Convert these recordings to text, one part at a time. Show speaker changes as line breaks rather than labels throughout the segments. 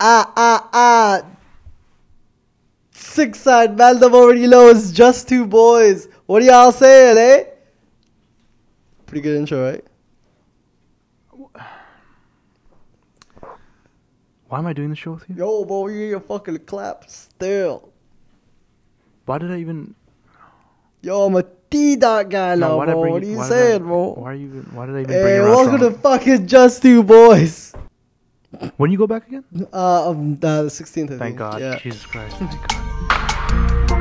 ah, ah, ah. Six side, Malcolm already lows, just two boys. What are y'all saying, eh? Pretty good intro, right?
Why am I doing this show with you?
Yo, bro, you get your fucking clap still.
Why did I even?
Yo, I'm a T dot guy now,
why did I
bring,
bring
What are you
why did I-
saying, bro?
Why are you? even- Why did I even bring
Hey,
your
welcome
ass
to
on?
fucking Just Two Boys.
When you go back again?
Uh, um, uh, the 16th, I
Thank
think.
God.
Yeah.
Jesus Christ. Thank God.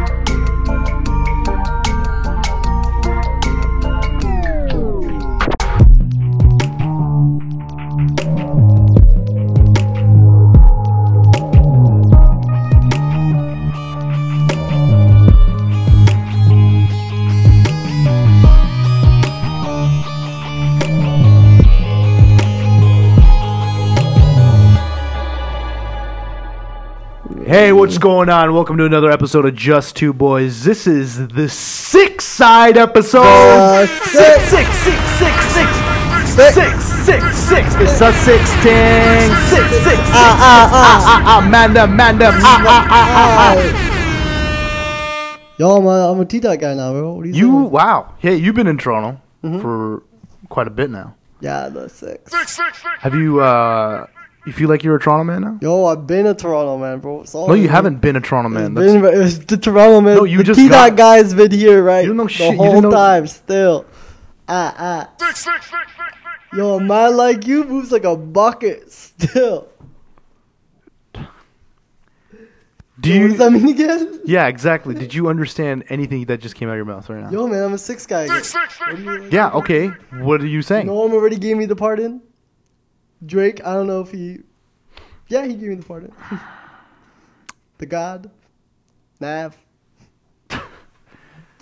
Hey, what's going on? Welcome to another episode of Just Two Boys. This is the six side episode.
The
six, six, six, six, six, six, six, six. It's a six thing. Six, six, six. Ah, ah, ah, ah, ah. Man up, man up. Ah, ah, ah, ah, ah.
Yo, I'm a, I'm a T dot guy now, bro. What are you,
You
saying?
wow. Hey, you've been in Toronto for quite a bit now.
Yeah, the six.
Have you? uh You feel like you're a Toronto man now?
Yo, I've been a Toronto man, bro. Sorry,
No, you
man.
haven't been a Toronto man.
It's
That's-
been, it was the Toronto man.
No, you
the
just
T dot
got-
guy's been here, right?
You don't know
the
shit, you
whole
didn't know-
time, still. Ah, ah. Yo, a man like you moves like a bucket, still.
do
What does
you?
that mean again?
Yeah, exactly. Did you understand anything that just came out of your mouth right now?
Yo, man, I'm a six guy. Again.
Yeah, okay. What are you saying?
Norm already gave me the pardon. Drake, I don't know if he. Yeah, he gave me the pardon. the God. Nav.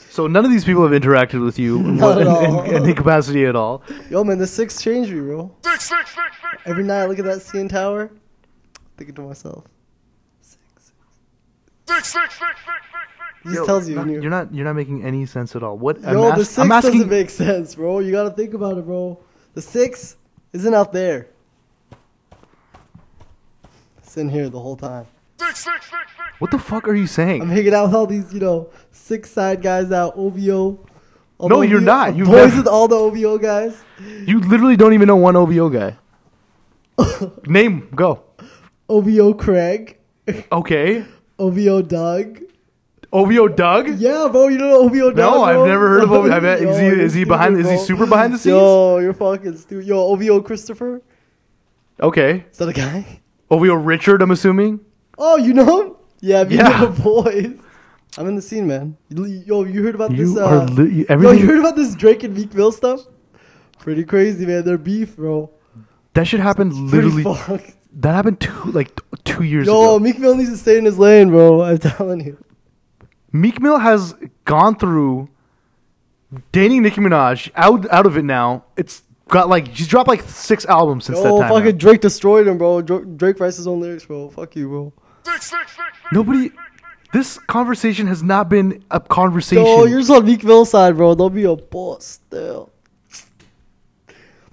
So none of these people have interacted with you in,
Not at
in-
all.
in- in any capacity at all.
Yo, man, the six changed me, bro. Every night I look at that CN Tower, thinking to myself, it just tells you.
Not-
when
you're not you're not making any sense at all. What
Yo,
I'm,
the
ask-
6
I'm
doesn't
asking
make sense, bro. You gotta think about it, bro. The six isn't out there. It's in here the whole time.
What the fuck are you saying?
I'm hanging out with all these, you know, six side guys out OVO. all
No,
the
you're
OVO
not. You've
boys
never-
with all the OVO guys.
you literally don't even know one OVO guy. Name go.
OVO Craig,
Okay.
OVO Doug.
OVO Doug?
Yeah, bro, you don't know OVO Doug.
No, I've
bro?
never heard of OVO. I bet- is he-
you're
is he behind- is he
bro.
super behind the scenes?
Yo, you're fucking stupid. Yo, OVO Christopher.
Okay.
Is that a guy?
OVO Richard, I'm assuming.
Oh, you know him? Yeah, me
Yeah.
yeah. the boys. I'm in the scene, man. Yo, you heard about
You
this?
are
Uh,
li- you-
yo, you
everything
heard about this Drake and Meek Mill stuff? Pretty crazy, man. They're beef, bro.
that should happen
Pretty
literally
fucked.
that happened two like t- 2 years ago.
Yo, Meek Mill needs to stay in his lane, bro. I'm telling you.
Meek Mill has gone through dating Nicki Minaj out out of it now. It's got like she's dropped like six albums since
Yo,
that time.
fucking
now.
Drake destroyed him, bro. Dr- Drake writes his own lyrics, bro. Fuck you, bro.
Nobody. This conversation has not been a conversation.
Yo, you're just on Meek Mill's side, bro. Don't be a boss, still.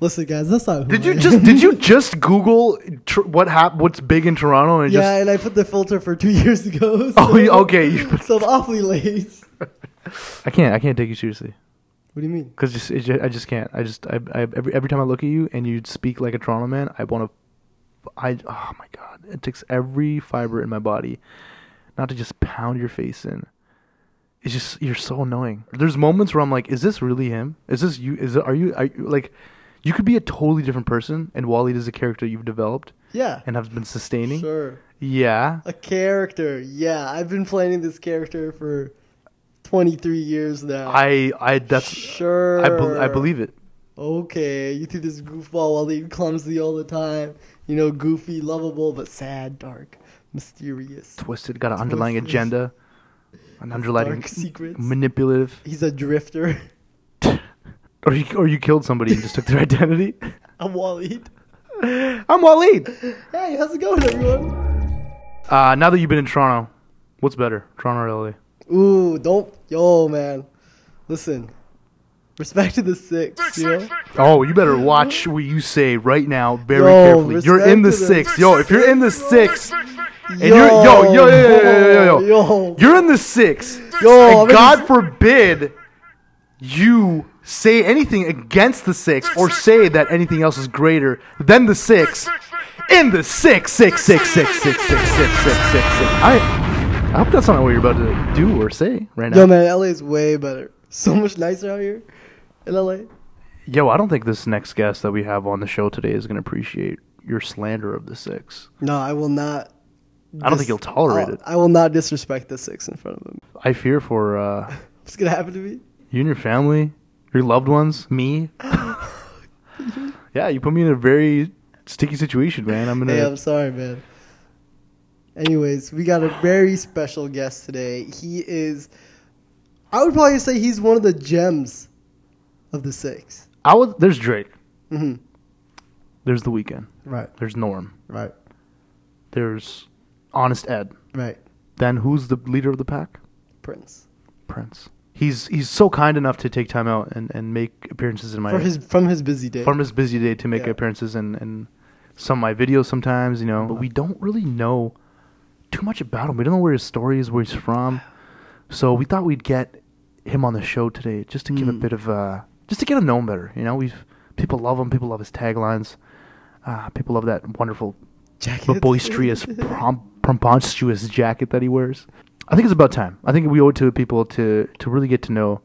Listen, guys, that's not. Who
did
I
you
am.
just did you just Google tr- what hap- what's big in Toronto and
Yeah,
just
and I put the filter for two years ago. So,
Oh, you- okay, you-
so I'm awfully late.
I can't I can't take you seriously
What do you mean?
because just, it ju- I just can't I just I, I every every time I look at you and you speak like a Toronto man I want to I oh my god it takes every fiber in my body not to just pound your face in. It's just you're so annoying. There's moments where I'm like, is this really him? Is this you? Is are you? Are you like, you could be a totally different person, and Waleed is a character you've developed
Yeah.
and have been sustaining.
Sure.
Yeah,
A character. Yeah, I've been playing this character for 23 years now.
I I that's
sure.
I bel I believe it.
Okay, you think this goofball while being clumsy all the time. You know, goofy, lovable, but sad, dark, mysterious.
Twisted got an underlying
Twisted.
agenda, an underlying
Dark secrets.
manipulative,
He's a drifter.
or you or you killed somebody and just took their identity.
I'm Waleed.
I'm Waleed.
Hey, how's it going, everyone?
Uh, now that you've been in Toronto, what's better, Toronto or LA?
Ooh, don't. Yo, man. Listen. Respect to the six, yo.
Oh, you better watch what you say right now very
Yo,
carefully. You're in the
respect to the-
six. Yo, if you're in the six,
And
you're- yo, yo, yo, yo, yo, yo, yo.
yo,
you're in the six.
Yo, I'm in
and
the
God
six.
forbid you say anything against the six or say that anything else is greater than the six in the six, six, six, six, six, six, six, six, six, six. I, I hope that's not what you're about to do or say right now.
Yo, man, LA is way better. So much nicer out here in LA.
Yo, I don't think this next guest that we have on the show today is going to appreciate your slander of the six.
No, I will not.
I don't think
dis-
he'll tolerate
I'll-
it.
I will not disrespect the six in front of him.
I fear for uh,
What's gonna happen to me?
you and your family, your loved ones, me. yeah, you put me in a very sticky situation, man. I'm gonna.
Hey, I'm sorry, man. Anyways, we got a very special guest today. He is, I would probably say he's one of the gems of the 6
I would. There's Drake.
Mm-hmm.
There's The Weekend.
Right,
There's Norm.
right,
There's Honest Ed.
right.
Then who's the leader of the pack?
Prince
Prince. He's he's so kind enough to take time out and, and make appearances in my
from his from his busy day.
from his busy day to make
Yeah.
appearances and and some of my videos sometimes, you know. But we don't really know too much about him. We don't know where his story is, where he's from. So we thought we'd get him on the show today just to give a
Mm.
bit of uh just to get to know him better. You know, we've people love him, people love his taglines. Uh, people love that wonderful
Jacket.
but boisterous, prom- pompostuous jacket that he wears. I think it's about time. I think we owe it to people to to really get to know,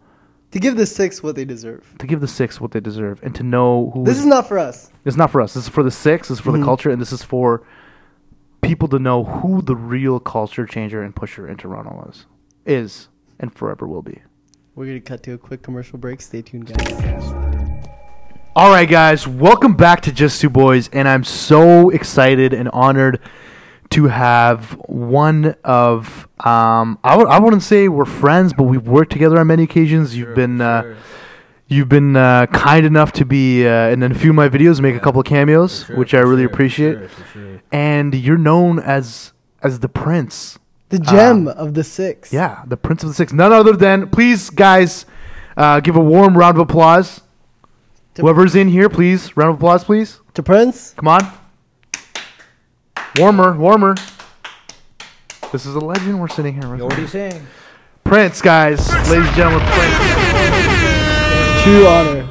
to give the six what they deserve.
to give the six what they deserve, and to know who
This
is-
is not for us.
it's not for us. This is for the six. This is for
Mhm.
the culture, and this is for people to know who the real culture changer and pusher in Toronto is, is, and forever will be.
We're gonna cut to a quick commercial break. Stay tuned, guys.
All right, guys, welcome back to Just Two Boys, and I'm so excited and honored to have one of um, I w- I wouldn't say we're friends, but we've worked together on many occasions. You've
Sure,
been
sure.
uh, you've been uh, kind enough to be uh, in a few of my videos, make a couple of cameos,
For sure,
which I
for
really
sure, for
appreciate.
sure, for sure.
and you're known as as the prince.
The gem
Um,
of the six.
Yeah, the prince of the six. None other than please, guys, uh, give a warm round of applause.
To-
Whoever's in here, please round of applause, please.
To Prince.
Come on, warmer, warmer. This is a legend. We're sitting here.
Yo, what are you saying?
Prince, guys, ladies and gentlemen, Prince.
True honor.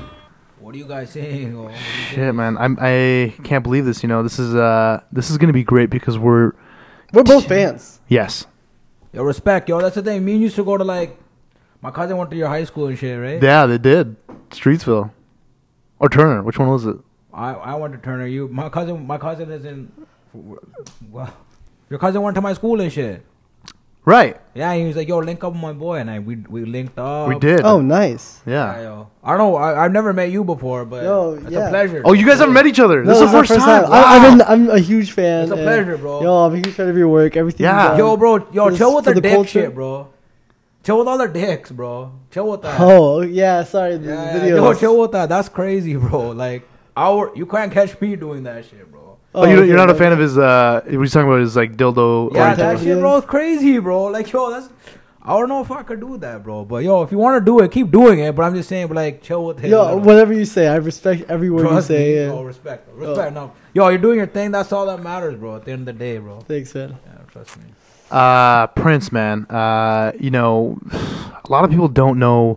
What are you guys saying? Oh, what are you saying?
Shit, man, I'm I can't believe this. You know, this is uh this is gonna be great because we're
We're both fans.
yes,
Yo, respect, yo. That's the thing. Me and you used to go to like, my cousin went to your high school and shit, right?
yeah, they did Streetsville or Turner. Which one was it?
I I went to Turner. You, my cousin, my cousin is in. Well, your cousin went to my school and shit.
Right,
Yeah, he was like, yo, link up with my boy, and I we we linked up.
we did.
Oh, nice.
Yeah,
Yeah.
yo. I don't know. I, I've never met you before, but
Yo,
it's
yeah.
a pleasure.
Oh, you guys haven't met each other.
No,
this is the
our
first, time.
I,
Wow.
I've been, I'm a huge fan.
It's a
and-
pleasure, bro.
Yo, I'm a huge fan of your work. Everything.
Yeah.
you
Yo, bro, yo,
For
chill
the-
with
for
the,
the
dick
culture.
shit, bro. Chill with all the dicks, bro. Chill with that.
Oh yeah, sorry. The
yeah, yeah.
video.
Yo, chill with that. That's crazy, bro. Like, our you can't catch me doing that shit, bro.
oh, you, you're not a fan of his. Uh, what you talking about? His like dildo.
Yeah,
oriented-
that
orientation.
shit, bro, is crazy, bro. Like, yo, that's. I don't know if I could do that, bro. But yo, if you want to do it, keep doing it. But I'm just saying, but like, chill with it.
Yo, whatever you say, I respect every word you
Trust me,
say.
bro,
and-
respect, bro. respect. No, yo, you're doing your thing. That's all that matters, bro. At the end of the day, bro.
Thanks, man.
Yeah, trust me.
Uh, Prince, man. Uh, you know, a lot of people don't know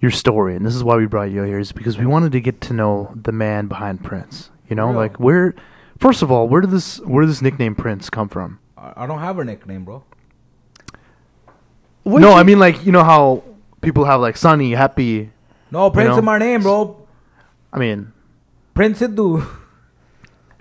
your story, and this is why we brought you here, is because we wanted to get to know the man behind Prince. You know,
Real.
like where. First of all, where did this where did this nickname Prince come from?
I, I don't have a nickname, bro.
What
no,
you-
I mean like you know how people have like Sunny, Happy.
No, Prince
know?
is my name, bro.
I mean,
Prince Sidhu.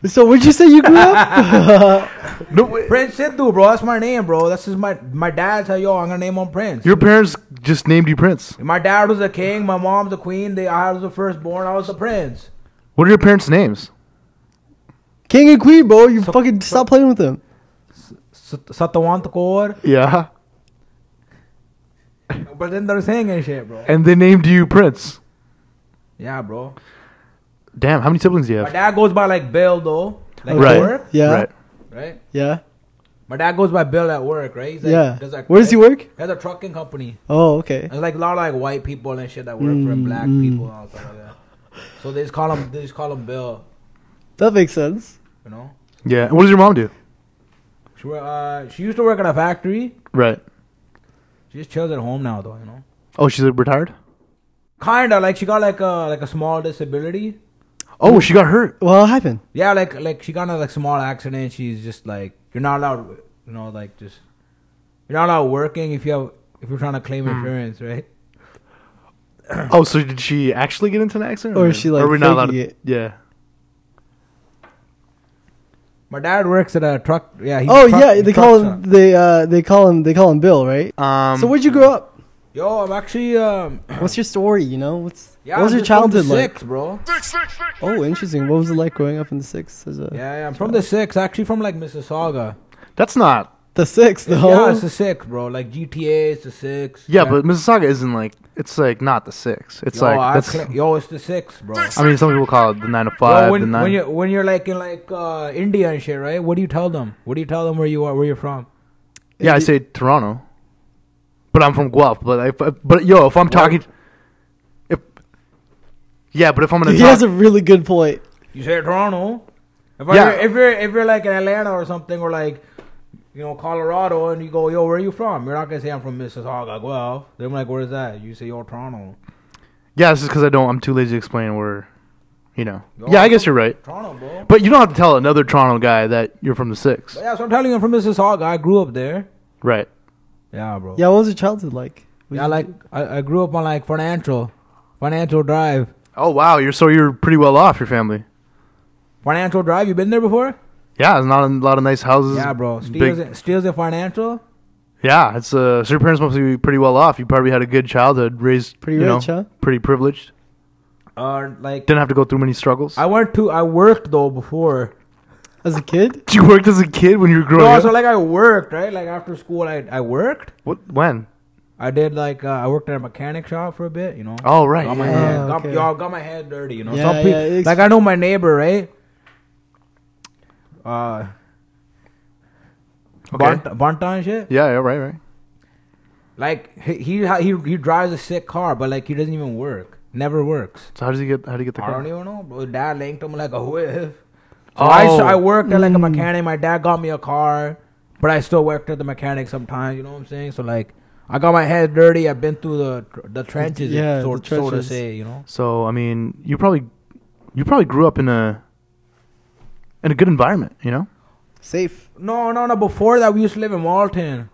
So, would you say you grew up?
no, wait,
Prince Sidhu, bro. That's my name, bro. That's just my my dad's how yo, I'm gonna name him Prince.
your parents just named you Prince.
my dad was a king, my mom's a queen, they I was the firstborn, I was the prince.
What are your parents' names?
King and Queen, bro. You
So-
fucking stop playing with them.
Sat- Satawant Kaur.
Yeah,
But then they're saying and shit, bro.
and they named you Prince.
Yeah, bro.
Damn, how many siblings do you
My
have?
dad goes by like Bill though. Like
Right.
Kaur,
Yeah.
Right.
right?
Yeah.
My dad goes by Bill at work, right? He's like,
yeah.
there's like-
Where does he work?
He has a trucking company.
Oh, okay.
There's like a lot of like white people and shit that work for him,
Mm,
black
mm.
people and all stuff like that. So they just call him, they just call him Bill.
That makes sense.
You know,
Yeah. And what does your mom do?
she wor- uh, she used to work at a factory.
Right.
She just chills at home now, though. You know,
Oh, she's retired.
kinda like she got like a like a small disability.
Oh, she got hurt.
Well, it happened.
Yeah, like like she got in a like small accident. She's just like you're not allowed, you know, like just you're not allowed working if you have if you're trying to claim
Hmm.
insurance, right?
Oh, so did she actually get into an accident,
Or is she, like,
are we not allowed?
faking
to-
it?
Yeah.
My dad works at a truck. Yeah. He's
Oh
a truck-
yeah,
he's
they
a
call
truck
him. They uh, they call him. They call him Bill, right?
Um.
so where'd you grow up?
stop. Yo, I'm actually um.
What's your story? You know, what's
Yeah,
what was
I'm
your
just from the
childhood like?
Six, bro.
Oh, interesting. What was it like growing up in the six? As a,
Yeah, yeah, I'm from the six. Actually, from like Mississauga.
That's not.
The six, though.
Yeah, it's the six, bro. Like GTA, it's the six.
Yeah, but Mississauga isn't like it's like not the six. It's
yo,
like
I
that's.
cla- yo, it's the six, bro.
I mean, some people call it the nine to five,
Yo,
the
when,
nine.
when you when you're like in like uh, India and shit, right? What do you tell them? What do you tell them where you are, where you're from?
yeah, I say Toronto, but I'm from Guelph. But I, but yo, if I'm talking, if yeah, but if I'm gonna
he has
talk,
a really good point.
You say Toronto. If
Yeah.
you're, if you're if you're like in Atlanta or something or like you know Colorado and you go, yo, where are you from? You're not gonna say I'm from Mississauga, Guelph. They're like, where's that? You say, yo, Toronto.
yeah, it's just because I don't. I'm too lazy to explain where, you know.
Yo,
Yeah, I
I'm
guess
from
you're right.
Toronto, bro.
But you don't have to tell another Toronto guy that you're from the six,
But yeah, so I'm telling you, I'm from Mississauga. I grew up there.
right?
Yeah, bro.
Yeah, what was your childhood like? What
Yeah,
did
like
you
I, I grew up on like financial, financial drive,
Oh wow, you're so you're pretty well off. Your family.
financial drive. You been there before?
Yeah, there's not a lot of nice houses.
Yeah, bro.
big-
Steals, in, steals in financial.
Yeah, it's uh, so your parents must be pretty well off. You probably had a good childhood, raised
Pretty
you
rich,
know,
huh?
Pretty privileged.
Uh, like
Didn't have to go through many struggles.
I went to I worked though before.
do? as a kid?
you worked as a kid when you were growing
No,
up.
so like I worked right. Like after school, I I worked.
what? When?
I did like uh, I worked at a mechanic shop for a bit. You know.
Oh right.
Got my
yeah.
hand.
head,
Oh,
got,
okay.
y'all got my head dirty, you know.
Yeah,
Some people,
yeah, it's-
like I know my neighbor, right? Uh,
Okay.
Bont- Bonta and shit.
yeah. Yeah. Right. Right.
Like he, he he he drives a sick car, but like he doesn't even work. Never works.
So how does he get? How do you get the
I
car?
don't even know. Bro. Dad linked him like a whiff. So I s-
Oh.
I worked at like a
Mm.
mechanic. My dad got me a car, but I still worked at the mechanic sometimes. You know what I'm saying? So like I got my head dirty. I've been through the the trenches,
Yeah, the
so, so to
trenches.
say. You know.
So I mean, you probably, you probably grew up in a, in a good environment. You know.
Safe.
No, no, no. Before that, we used to live in Malton.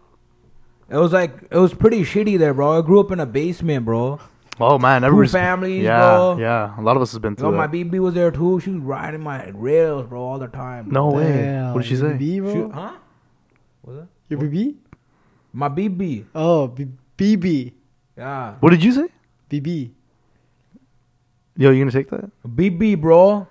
It was like it was pretty shitty there, bro. I grew up in a basement, bro.
Oh man, everybody's
families,
Yeah.
bro.
Yeah. A lot of us has been
Yo,
through.
my
that.
BB was there too. She was riding my rails, bro, all the time. bro.
no way.
Damn,
what did she
your
say?
BB,
She,
bro?
huh? Was it?
Your BB?
My BB.
Oh, B- BB.
Yeah.
What did you say?
BB.
Yo, you gonna take that?
BB, bro.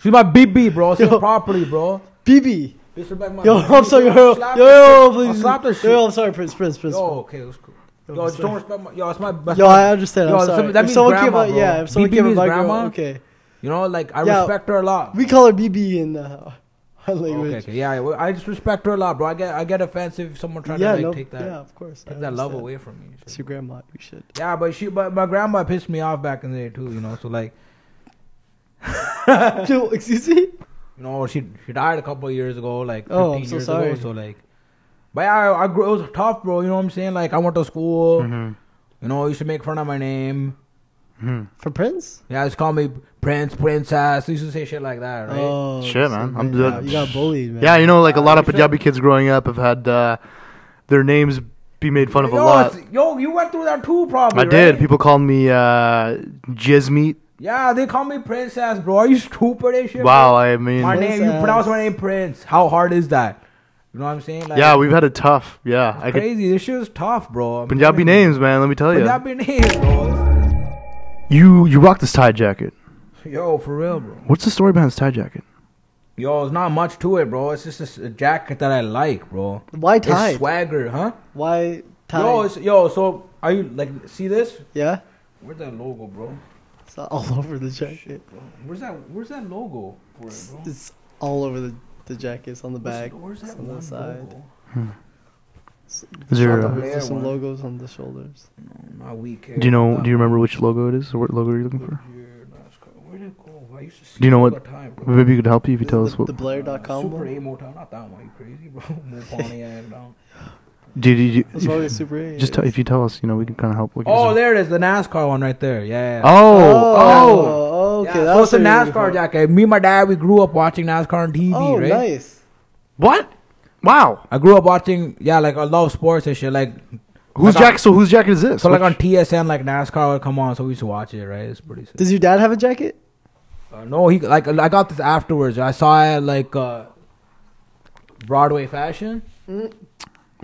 She's my BB, bro. Say
Yo.
it properly, bro.
BB.
Disrespect my
Yo,
BB.
I'm sorry.
I'll
Yo,
slap
yo,
the
yo,
shit. I'll
please.
slap the shit.
Yo, I'm sorry, Prince, Prince, Prince.
Yo, okay, that's cool.
Yo,
Yo,
I'm
just
sorry.
don't respect my. Yo, it's my. that's
Yo,
my-
I understand.
Yo,
I'm
some-
sorry.
that
if
means
someone
grandma,
came out, yeah,
bro.
if someone
BB
came out,
means
my grandma.
grandma?
Okay,
You know, like I
Yeah.
respect her a lot.
we call her BB in uh, our language.
Okay, okay, yeah, I- well, I just respect her a lot, bro. I get, I get offensive if someone trying
yeah,
to like
no,
take that,
yeah, of course. I
take that love
understand.
away from you.
It's your grandma. You should.
Yeah, but she, but my grandma pissed me off back in the day too, you know. So like,
Yo, excuse me.
you know, she she died a couple of years ago, like fifteen
Oh, I'm so
years
sorry.
ago. So like, but yeah, I, I grew. It was tough, bro. You know what I'm saying? Like, I went to school.
Mm-hmm.
You know, you should make fun of my name.
mm-hmm.
For Prince.
Yeah, just call me Prince, Princess. They used to say shit like that, right?
Oh
Shit, man.
so
I'm
bad.
good.
You got bullied, man.
Yeah, you know, like a
Uh,
lot of
sure.
Punjabi kids growing up have had uh, their names be made fun of
yo,
a lot.
it's- Yo, you went through that too, probably.
I did.
right?
People called me uh, Jizmeat.
Yeah, they call me Princess, bro. Are you stupid and shit? bro?
Wow, I mean,
My name, you
Princess.
pronounce my name Prince. How hard is that? You know what I'm saying? Like,
yeah, we've had a tough. Yeah, I could,
crazy. This shit is tough, bro. I'm
Punjabi
telling you.
names, man. Let me tell you.
Punjabi names, bro.
You you rock this tie jacket.
Yo, for real, bro.
What's the story behind this tie jacket?
Yo, it's not much to it, bro. It's just a s- a, jacket that I like, bro.
Why
It's
tied?
swagger, huh?
Why tied?
Yo, it's, yo. So are you like see this?
yeah,
Where's that logo, bro?
it's all over the jacket.
Where's that? Where's that logo for it, bro?
It's all over the the jackets on the back, on the side. S-
there
on
a-
the- there's some
There one.
logos on the shoulders.
No, not weak. eh?
Do you know? Do you remember which logo it is? Or what logo you're looking for?
Where did it go? I used to see
Do you know
it all
what-
the time, bro.
Maybe you could help you if you
The-
tell
the,
us what.
the Blair.com
Super
one.
emo town, not that one. You crazy, bro? More Pontiac down.
Did you?
What's wrong with Super 8?
Just tell, if you tell us, you know, we can kind of help. Look at
Oh,
some-
there it is, the NASCAR one right there. Yeah. yeah.
oh, oh,
oh, okay.
yeah,
that
so
was
it's a
what you were
NASCAR jacket. Me and my dad, we grew up watching NASCAR on TV,
Oh,
right?
nice.
What? Wow.
I grew up watching, yeah, like I love sports and shit. Like,
Whose
Like on-
jacket? So whose jacket is this?
so like on
Which-
TSN, like NASCAR would come on, so we used to watch it, right? It's pretty sick.
Does your dad have a jacket?
Uh, no, he like I got this afterwards. I saw it like uh, Broadway Fashion. Mm.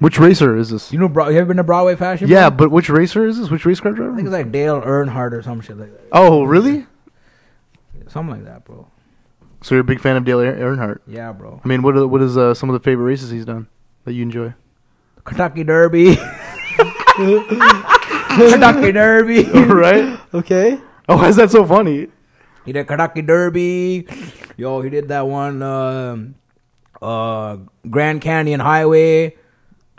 which racer is this?
You know, Bro- you ever been to Broadway Fashion?
Yeah,
bro?
but which racer is this? Which race car
I think
driver?
it's like Dale Earnhardt or some shit like that.
Oh, really?
Something like that, bro.
So you're a big fan of Dale Ear- Earnhardt?
Yeah, bro.
I mean, what are, what is uh, some of the favorite races he's done that you enjoy?
Kentucky Derby. Kentucky Derby.
Oh, right?
Okay.
Oh, why is that so funny?
He did Kentucky Derby. Yo, he did that one um uh Grand Canyon Highway.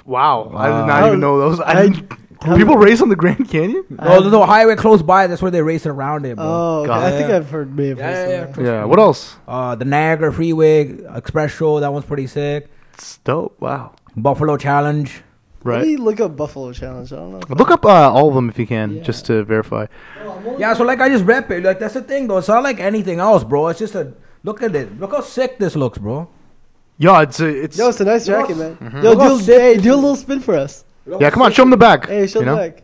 Wow, I did not
Wow.
even know those. I,
I-
didn't- people race on the Grand Canyon.
No, Oh, there's no highway close by. That's where they race around it, bro.
Oh, okay.
God.
I think I've heard may have
Yeah,
heard something
yeah, yeah.
like that.
Yeah. What else?
Uh, the Niagara Freeway Express Show. That one's pretty sick.
It's dope. Wow.
Buffalo Challenge.
Let me
Right.
look up Buffalo Challenge. I don't know. if
Look up uh, all of them if you can,
Yeah.
just to verify.
Yeah, so like I just rep it. Like that's the thing, though. It's not like anything else, bro. It's just a look at it. Look how sick this looks, bro.
Yeah, it's a, it's.
Yo, it's a nice jacket, man. Yo,
Mm-hmm.
Look how
do,
sick
hey, do a little spin for us.
yeah, come on, show them the back.
Hey, show
you
the
know?
back.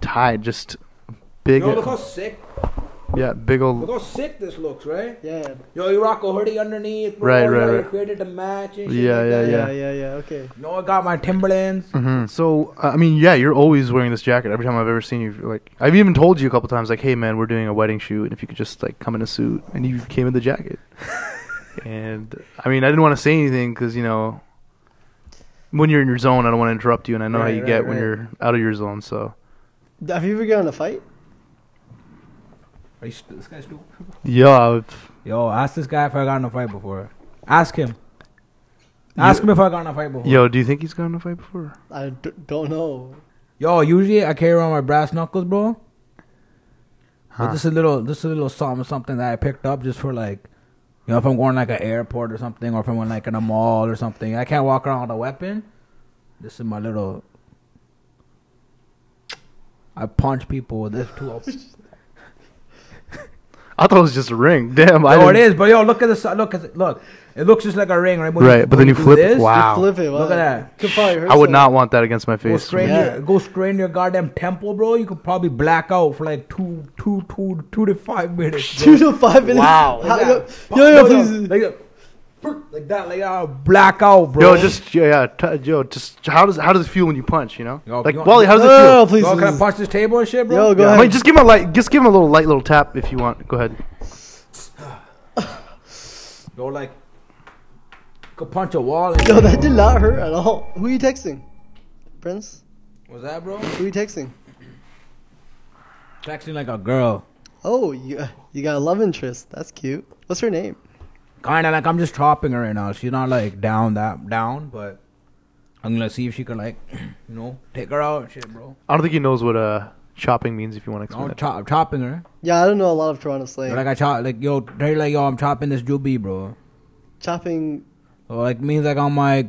Tied, just big.
Yo, look how sick.
yeah, big old.
Look how sick this looks, right?
Yeah.
Yo, you rock a hoodie underneath. Bro.
Right,
you
right,
know, You
right.
created a match. And shit
Yeah,
like
yeah,
that.
Yeah, yeah, yeah. Okay.
No, I got my Timberlands.
Mhm. So I mean, yeah, you're always wearing this jacket. Every time I've ever seen you, you're like I've even told you a couple times, like, "Hey, man, we're doing a wedding shoot, and if you could just like come in a suit," and you came in the jacket. and I mean, I didn't want to say anything because you know, when you're in your zone, I don't want to interrupt you, and I know how
Right,
you
right,
get when
right.
you're out of your zone. So
Have you ever gotten in a fight?
Are you st- this guy's stupid?
yeah, I've-
Yo, ask this guy if I got in a fight before. Ask him. Ask him if I got in a fight before.
yo, do you think he's gotten in a fight before?
I d- don't know.
Yo, usually I carry around my brass knuckles, bro.
Huh.
But this is a little, this is a little something, something that I picked up just for like, you know, if I'm going like an airport or something, or if I'm going like in a mall or something, I can't walk around with a weapon. This is my little. I punch people with this tool.
I thought it was just a ring. Damn, I
oh, it
didn't-
is, but yo, look at this. Look, at look, it looks just like a ring, right?
Right, but then you
do
flip it. Wow. Ow.
Flip it. Wow.
Look at that.
Could probably hurt
I would
someone.
not want that against my
Go
face.
strain
Yeah.
your go strain your goddamn temple, bro. You could probably black out for like two, two, two, two to five minutes. bro.
Two to five minutes.
Wow.
How-
Like
yo,
that.
yo, yo,
No, no,
please.
Like, that. Brr, like that, like uh, black out, bro.
Yo, just yeah, yeah t- yo, just how does how does it feel when you punch? You know,
Yo,
like
you want-
Wally, how does
No,
it feel?
no, no, Oh, please.
Yo, can I
please.
punch this table and shit, bro?
Yo, go
Yeah,
ahead.
wait, just give him a light. Just give him a little light, little tap if you want. Go ahead.
Yo, like, could punch a wall. And
Yo, that did not hurt at all. Who are you texting? Prince?
Was that, bro?
Who are you texting?
Texting like a girl.
Oh, you, you got a love interest. That's cute. What's her name?
Kinda like I'm just chopping her right now. She's not like down that down, but I'm gonna see if she can like, you know, take her out and shit, bro.
I don't think he knows what uh chopping means. If you want to explain
No,
that.
chop, chopping her.
Yeah, I don't know a lot of Toronto slang.
Yo, Like I chop, like yo, tell her like yo, I'm chopping this jubie, bro.
Chopping.
So like means like I'm like,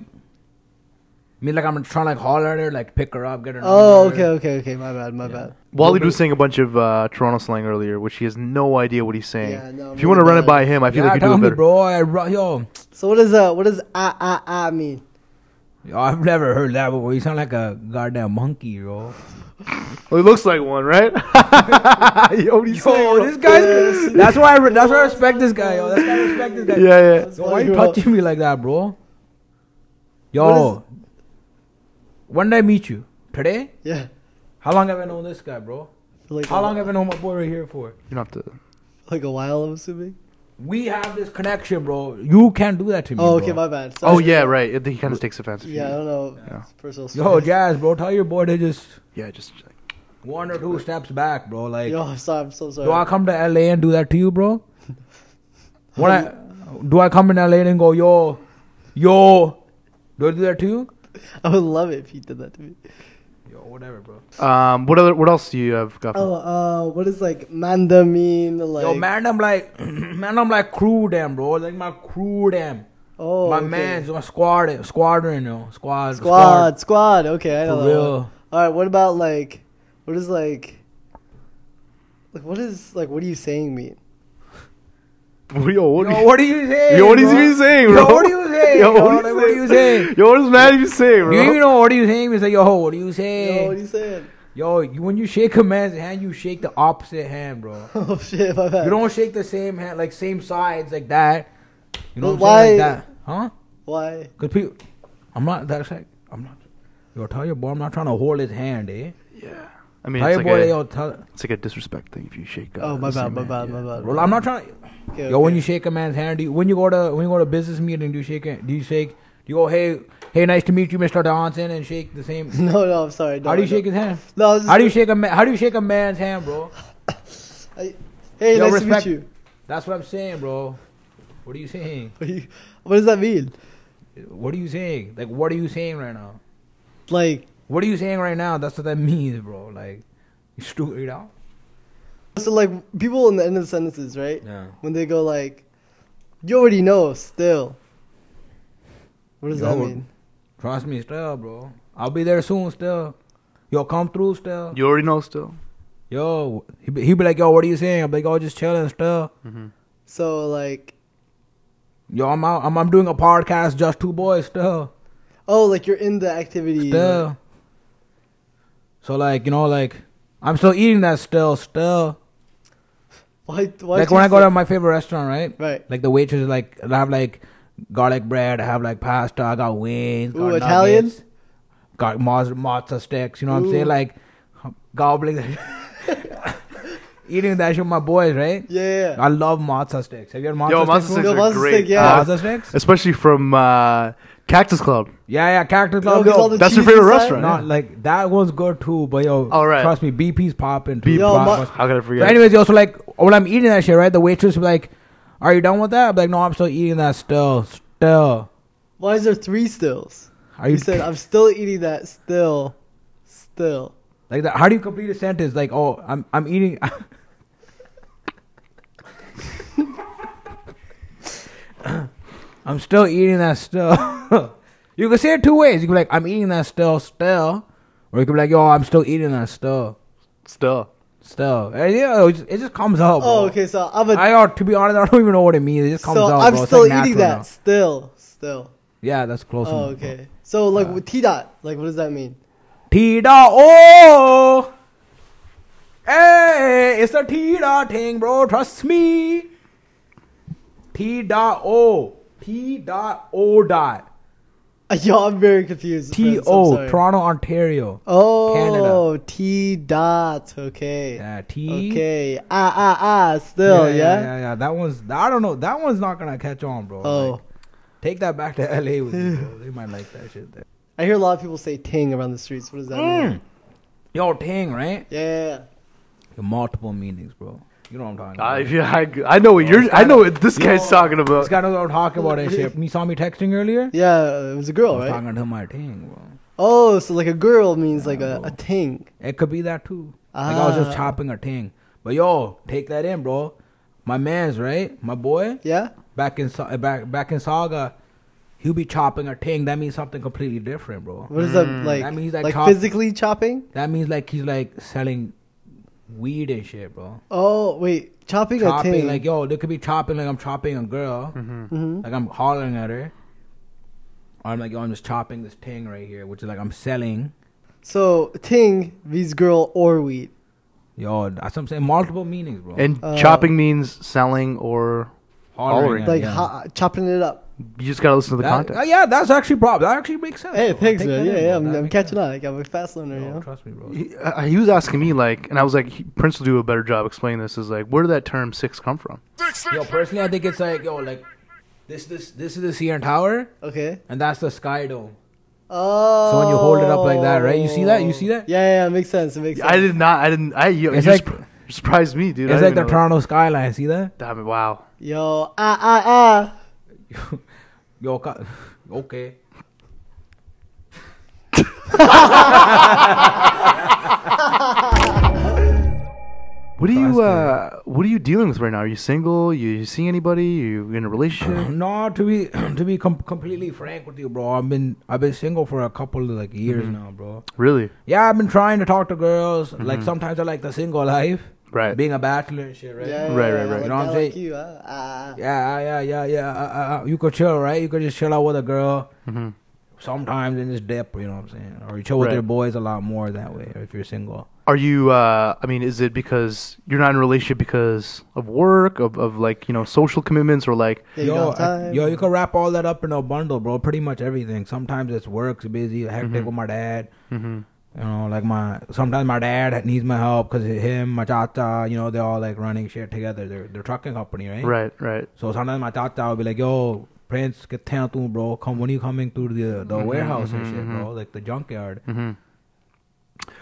means like I'm trying to like holler at her, like pick her up, get her.
Oh,
number.
okay, okay, okay. My bad, my bad.
Wally was saying a bunch of uh, Toronto slang earlier, which he has no idea what he's saying.
Yeah, no,
if you want to
really
run it
bad.
by him, I feel
Yeah,
like you do
tell
it
me,
better.
bro. I ru- yo,
So what does uh what does ah ah ah mean?
yo, I've never heard that before. You sound like a goddamn monkey, bro.
Well, he looks like one, right? yo, what he's saying,
Yo,
bro.
this guy's. That's why I. Re- that's why I respect this guy. Yo, that's why I respect this guy.
Yeah, yeah.
Yo, why you
Bro.
touching me like that, bro? Yo, when did I meet you? Today?
Yeah.
How long have I known this guy, bro?
For like a,
How long have I known my boy right here for?
You don't have to.
Like a while, I'm assuming.
We have this connection, bro. You can't do that to me.
Oh, okay,
bro.
my bad.
Oh
Sorry.
yeah, right. It- He kind of takes offense. if
Yeah, I
you-
don't know.
Yeah.
It's personal.
Yo,
space.
Jazz, bro, tell your boy to just
yeah. Just
one or two steps back, bro. Like,
Yo,
yo,
I'm sorry. I'm so sorry.
I come to LA and do that to you, bro. When I Do I come in LA and go, yo, yo? Do I do that to you?
I would love it if you did that to me.
Yo, whatever, bro.
Um, what other? What else do you have? Got
Oh, uh, what is like manda mean? Like,
yo, man, I'm like, man, I'm like crew damn, bro. Like my crew damn.
oh,
my
okay.
man's my squad, squadron, yo, squad,
squad, squad. Okay, I know.
for
that one.
real.
All right, what about like, what is like, like what is like, what are you saying mean? Oh.
Yo, what,
Yo, what are you saying?
Yo, what is
bro?
you saying, bro?
Yo, what are you saying?
Yo,
Yo,
what,
like,
is
what are you saying?
Yo, what is mad you saying, bro?
You even know what are you saying? It's like, yo, what are you
Yo, what are
saying?
you saying?
Yo, you, when you shake a man's hand, you shake the opposite hand, bro.
Oh shit, my bad.
You don't shake the same hand, like same sides, like that. You know
But
what I'm saying?
why-
Like that, huh?
Why?
Because people, I'm not that like, I'm not. Yo, tell your boy, I'm not trying to hold his hand, eh?
yeah. I mean,
tell
it's
your
like,
boy,
a,
yo, tell.
it's like a disrespect thing if you shake. uh,
Oh my bad,
the same
my
hand,
bad,
yeah.
my bad.
Bro, I'm not trying.
Okay,
Yo, when
okay.
you shake a man's hand, do you, when you go to when you go to business meeting, do you shake it? Do you shake? Do you go, hey, hey, nice to meet you, Mr. Donson, and shake the same?
no, no, I'm sorry. No,
How do you
no.
shake his hand?
No, I was just,
How do you shake a man? How do you shake a man's hand, bro?
I, hey,
Yo,
nice
respect-
to meet you.
That's what I'm saying, bro. What are you saying?
What, are you. what does that mean?
What are you saying? Like, what are you saying right now?
Like,
What are you saying right now? That's what that means, bro. Like, you stupid, you know?
so like people in the end of sentences, right?
Yeah.
When they go like, you already know. Still. What does
Yo,
that
what-
mean?
Trust me, still, bro. I'll be there soon, still. Yo, come through, still.
You already know still.
Yo, he be, he be like, yo, what are you saying? I'm like, yo, just chilling, still.
So like,
Yo, I'm out. I'm, I'm doing a podcast, just two boys, still.
oh, like you're in the activity.
Still.
like-
So, like, you know, like, I'm still eating that still, still.
Why? Why?
like
do
when
you
I go
say-
to my favorite restaurant, right?
Right.
Like the waitress, is like I have like garlic bread, I have like pasta, I got wings, got
Ooh,
nuggets,
Italian?
got maz- matzo sticks. You know what I'm
Ooh.
saying? Like gobbling, that- eating that shit, with my boys, right?
Yeah, yeah, yeah.
I love matzo sticks. Have you had matzo
Yo,
sticks?
monster sticks
Yo,
before?
are
monster
great.
stick, yeah.
Uh,
Matzo sticks?
especially from uh, Cactus Club.
Yeah, yeah, cactus club.
because all
Yo,
the
That's your
cheese
favorite
inside?
restaurant.
not like that one's good too, but yo,
All right.
trust me, BP's popping. too.
Beep.
Yo,
Bro-
ma-
How could I forget?
So, anyways, yo, so like when I'm eating that shit, right? The waitress be like, "Are you done with that?" I'm like, "No, I'm still eating that. Still, still."
Why is there three stills?
Are
You
you
said I'm still eating that. Still, still.
like that? How do you complete a sentence? Like, oh, I'm I'm eating. I'm still eating that still. you can say it two ways. You can be like, I'm eating that still, still, or you can be like, yo, I'm still eating that still,
Still.
still. And, yeah, it just, it just comes out.
Oh,
bro.
okay. So I'm a.
I ought to be honest. I don't even know what it means. It just comes
so
out.
I'm
bro. It's,
still
like,
eating
natural
that.
now.
Still, still.
Yeah, that's close.
Oh,
enough, bro.
okay. So like with T dot, like what does that mean?
T dot O. Hey, it's the T dot thing, bro. Trust me. T dot O. T dot O dot.
Uh, Yo, I'm very confused.
T
friends, I'm
O.
sorry.
Toronto, Ontario.
Oh, T dot. Okay.
Yeah, T.
Okay. Ah, ah, ah. Still, yeah.
yeah, yeah, yeah. That one's. I don't know. That one's not gonna catch on, bro.
Oh,
Like, take that back to LA with you, bro. They might like that shit there.
I hear a lot of people say ting around the streets. What does that mean?
Mm. Yo, ting, right?
Yeah.
Multiple meanings, bro. You know what I'm talking about.
I, yeah, I, I know what you're. I know what this guy's talking
This
about.
guy knows what I'm talking about and shit. You saw me texting earlier?
Yeah, it was a girl,
I was
right?
talking to my ting, bro.
Oh, so like a girl means like a,
bro.
a ting.
It could be that too. Like I was
Ah.
just chopping a ting. But yo, take that in, bro. My man's right, my boy.
Yeah?
Back in Sa- back back in Saga, he'll be chopping a ting. That means something completely different, bro.
What is that like?
Mm, That means,
like
like, chop-
physically chopping?
That means like he's like selling weed and shit, bro.
Oh, wait, chopping, a
Chopping
ting.
like yo, they could be chopping like I'm chopping a girl,
Mhm.
like I'm hollering at her. Or I'm like yo, I'm just chopping this ting right here, which is like I'm selling.
So ting means girl or weed.
Yo, that's what I'm saying. Multiple meanings, bro.
And
Uh,
chopping means selling, or hollering.
at,
Like
yeah.
ho- chopping it up.
you just gotta listen to the
That-
context.
uh, yeah, that's actually prob. That actually makes sense.
Hey, it
bro.
pigs,
Take
man.
that
Yeah,
in,
yeah.
bro.
I'm,
That
I'm
makes
catching
sense.
on. Like, I'm a fast learner, you
Yo,
know?
trust me, bro.
He, uh, he was asking me like, and I was like, he, Prince will do a better job explaining this. Is like, where did that term six come from?
Yo, personally, I think it's like yo, like this, this, this is the CN Tower,
Okay.
and that's the Sky Dome.
Oh.
when you hold it up like that, right? You see that? You see that?
Yeah, yeah, yeah. It makes sense. It makes sense.
I did not. I didn't. I you,
It's
you
like-
surp- you surprised me, dude. I
it's
didn't
like the
know that.
Toronto skyline. See that?
Damn it! Wow.
Yo, ah, ah, ah.
Yo, ca- okay.
What are you?
Bastard.
Uh, what are you dealing with right now? Are you single? You, you seeing anybody? You in a relationship?
No, to be to be com- completely frank with you, bro, I've been I've been single for a couple of like years
Mm-hmm.
now, bro.
really?
Yeah, I've been trying to talk to girls. Like sometimes I like the single life,
Mm-hmm. Right.
being a bachelor and shit, right?
Yeah,
Right, right,
yeah,
right.
Like
You know what I'm
that,
saying?
Like you, huh? Ah, ah.
Yeah, yeah, yeah, yeah. Uh, uh, uh, you could chill, right? You could just chill out with a girl. Sometimes in this dip, you know what I'm saying? Or you chill with
Right.
your boys a lot more that way if you're single.
Are you? Uh, I mean, is it because you're not in a relationship because of work, of, of like you know social commitments, or like
Yeah, you don't have
I-
time.
yo, you could wrap all that up in a bundle, bro. Pretty much everything. Sometimes it's work's busy, hectic with my dad. You know, like my sometimes my dad needs my help because him, my tata, you know, they're all like running shit together. They're they're trucking company, right?
right, right,
So sometimes my tata will be like, "Yo, Prince, get down to bro. Come when you coming to the the warehouse and shit, bro, like the junkyard."
hmm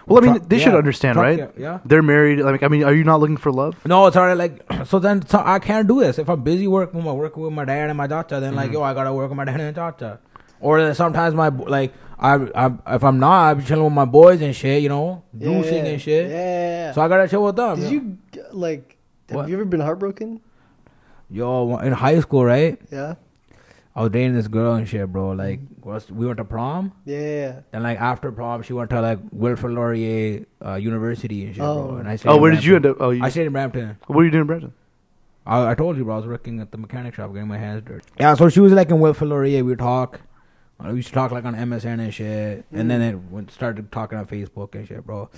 Well, I mean,
Truck-
they should
yeah,
understand,
truck-
right?
yeah, yeah.
They're married. Like, I mean, are you not looking for love?
No, it's already like so. Then so I can't do this if I'm busy working with my working with my dad and my daughter. Then like yo, I gotta work with my dad and daughter. Or then sometimes my bo- like I I if I'm not, I'm chilling with my boys and shit. You know,
Yeah,
juicing and shit.
Yeah. yeah,
So I gotta chill with them.
Did
yo.
you g- like? Have
What?
you ever been heartbroken?
Yo, in high school, right?
Yeah.
I was dating this girl and shit, bro. Like, was, we went to prom.
Yeah. yeah, yeah.
And like after prom, she went to like Wilfrid Laurier uh, University and shit,
Oh.
bro. And I stayed
Oh,
in
where did you end
Brampton.
up? Oh, you,
I stayed in Brampton.
what are you doing, in Brampton?
I, I told you, bro. I was working at the mechanic shop, getting my hands dirty. Yeah, so she was like in Wilfrid Laurier. We talk. Uh, We used to talk like on MSN and shit, and then it went, started talking on Facebook and shit, bro.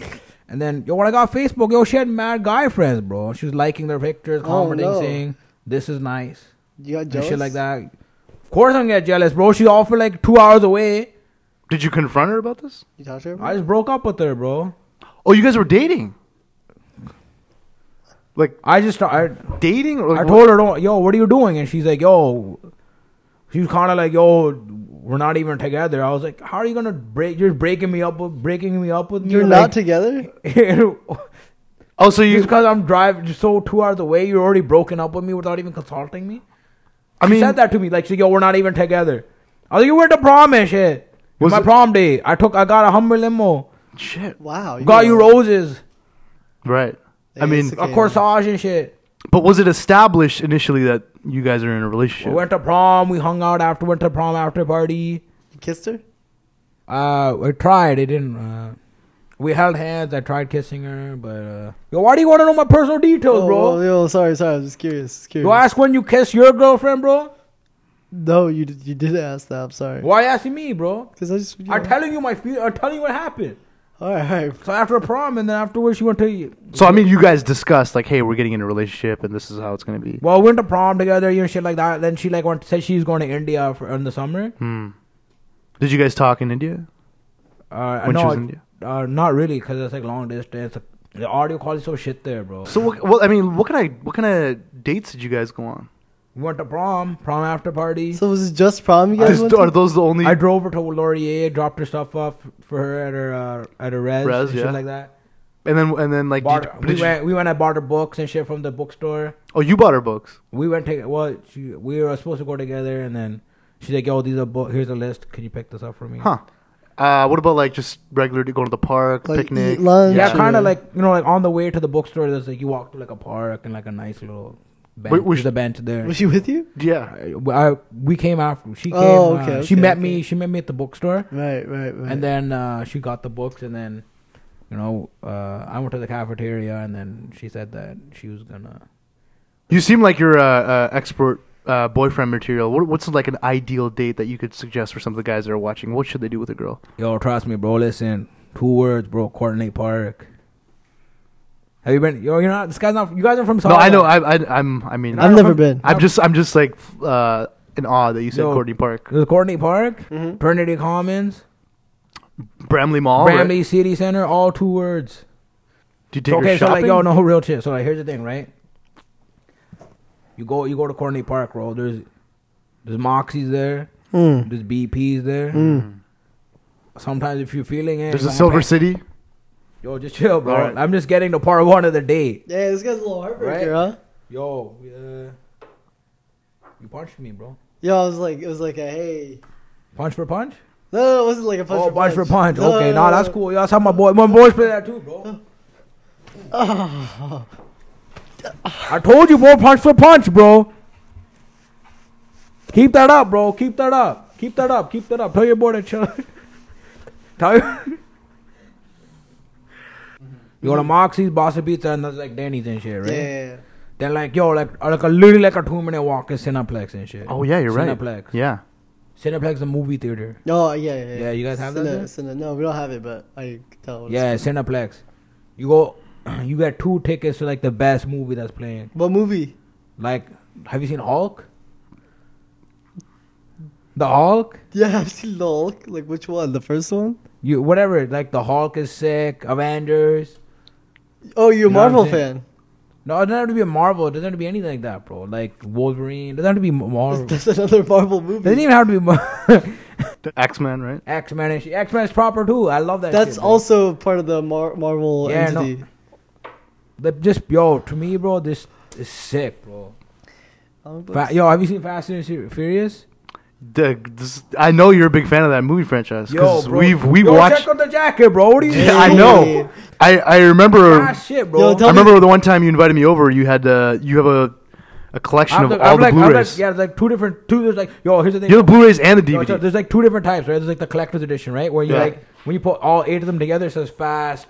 And then yo, when I got Facebook, yo, she had mad guy friends, bro. She was liking their pictures,
Oh,
commenting,
no.
saying this is nice
You got
and
jealous.
shit like that. Of course, I'm gonna get jealous, bro. She's off for like two hours away.
Did you confront her about this?
You talked to her?
I just broke up with her, bro.
Oh, you guys were dating,
I just started.
dating, or like,
I
what-
told her, "Don't, yo, what are you doing?" And she's like, "Yo," she was kind of like, "Yo, we're not even together." I was like, "How are you gonna break? You're breaking me up with breaking me up with me?
You're not
like,
together.
Oh, so
just
you?
because I'm driving just so two hours away, you're already broken up with me without even consulting me."
I
she
mean,
said that to me like, she's like, "Yo, we're not even together." I was like, "You were at the prom and shit."
Was
my
it-
prom day. I took. I got a Hummer limo.
Shit.
Wow.
Got you roses,
Right. I
Yeah,
mean,
it's
a
Okay.
corsage and shit.
but was it established initially that you guys are in a relationship?
We went to prom. We hung out after. Went to prom after party.
You kissed her.
Uh, I tried. It didn't. Uh, we held hands. I tried kissing her, but uh, yo, why do you want to know my personal details,
Oh,
bro?
oh, yo, sorry, sorry. I was just curious. just curious.
You ask when you kiss your girlfriend, bro.
No, you did, you did ask that. I'm sorry.
Why you asking me, bro?
Because I just. You
I'm
know.
telling you my feel. I'm telling you what happened.
all right, all right.
So after prom, and then afterwards, she went to.
So I mean, you guys discussed like, hey, we're getting in a relationship, and this is how it's gonna be.
Well, we went to prom together, you know, shit like that. Then she like went said she's going to India for in the summer.
Hmm. Did you guys talk in India
Uh,
when she
no,
was in India?
uh, not really, cause it's like long distance. The audio quality so shit there, bro.
So what, well, I mean, what kind of what kind of dates did you guys go on?
we went to prom, prom after party.
So was it just prom you guys
Just-
went
are
to?
those the only?
I drove her to Laurier, dropped her stuff off for her at her uh, at her res,
Res,
and
yeah.
shit like that.
and then and then like,
Bought
did,
her-
did
we
you,
went we went and bought her books and shit from the bookstore.
oh, you bought her books.
We went to well, she, we were supposed to go together, and then she's like, "Yo, these are book. Here's a list. Can you pick this up for me?"
Huh. Uh, what about like just regular going to the park,
Like,
picnic,
eat lunch
Yeah,
Yeah.
kind
Yeah.
of like you know, like on the way to the bookstore, there's like you walk to like a park and like a nice little bench.
Wait, was
there's a bench there.
Was she with you?
yeah.
I, I- we came after she came.
Oh,
uh,
okay,
she
okay,
met
okay.
me. She met me at the bookstore.
Right, right, right.
and then uh, she got the books and then you know uh, i went to the cafeteria and then she said that she was gonna
You seem like you're uh, uh, expert uh, boyfriend material. What, what's like an ideal date that you could suggest for some of the guys that are watching? What should they do with a girl?
yo trust me bro listen two words bro coordinate park have you been yo you're not this guy's not you guys are from
no, I know.
Saga.
I, I, I'm. I mean,
I've
I'm,
Not-
never
from-
been.
I'm just. I'm just like f- uh, in awe that you said
No.
Courtney Park,
There's coordinate park
Mm-hmm.
Mhm.
trinity commons
Bramley Mall. right?
Bramley City Center, all two words.
Do you take
So, okay,
her
so
shopping?
like yo, no real shit. So like, here's the thing, right? You go, you go to Courtney Park, bro. There's, there's Moxie's there,
Mm.
Hmm.
there's BP's there.
Mm.
Sometimes if you're feeling it,
There's
you
a
wanna
Silver
pay-
City.
Yo, just chill, bro.
Alright.
I'm just getting to part one of the date.
Yeah, this guy's a little heartbreaker,
Right.
huh?
Yo, uh, you punched me, bro.
Yo, I was like, it was like a hey.
Punch for punch?
No, no, it wasn't like a punch.
oh,
for
punch for punch.
No,
okay,
no,
nah,
no,
that's
no.
cool. Yo, that's how my boy, my boys play that too, bro.
Ah.
I told you, bro, punch for punch, bro. Keep that up, bro. Keep that up. Keep that up. Keep that up. Tell your boy to chill. Tell
Mm-hmm.
you. You go to Moxie's, Boston Pizza, and that's like Danny's and shit, right?
Yeah.
Then like yo, like or like a literally like a two minute walk is Cineplex and shit.
Oh yeah, you're right.
Cineplex.
Yeah.
Cineplex, the movie theater.
No, yeah, yeah.
Yeah, you guys have that
Cine- Cine-
there?
no, we don't have it, but I can tell. what it's-
Yeah, Cineplex. You go, you get two tickets to like the best movie that's playing.
What movie?
Like, have you seen Hulk? The Hulk?
Yeah, I've seen the Hulk. Like which one? The first one?
You whatever. Like the Hulk is sick. Avengers.
Oh, you're a
You know what I'm
Marvel
saying?
fan.
No, it doesn't have to be a Marvel. It doesn't have to be anything like that, bro. Like Wolverine. It doesn't have to be Marvel.
That's another Marvel
It doesn't
movie.
even have to be Mar-
The X Men, right?
X Men. X Men is proper too. I love that.
That's
shit, bro.
also part of the Mar- Marvel
Yeah, no.
entity.
The, just yo, to me, bro, this is sick, bro.
Comic books?
Fa- yo, have you seen Fast and Fu- Furious?
The, this, I know you're a big fan of that movie franchise
Yo,
because
bro,
we've we
yo,
watched.
Check out the jacket, bro. What do you?
Yeah, I know. I I remember.
Ah, shit, bro.
Yo, tell
I
me-
remember the one time you invited me over. You had uh, you have a a collection
I'm
of
like-
all
I'm
the
like, I'm
Blu-rays.
like- yeah, there's like two different, two. There's like, yo, here's the thing.
You have the Blu-rays and the
Yo, so
DVD.
there's like two different types, right? There's like the collector's edition, right? Where you
Yeah.
like when you put all eight of them together, it says fast,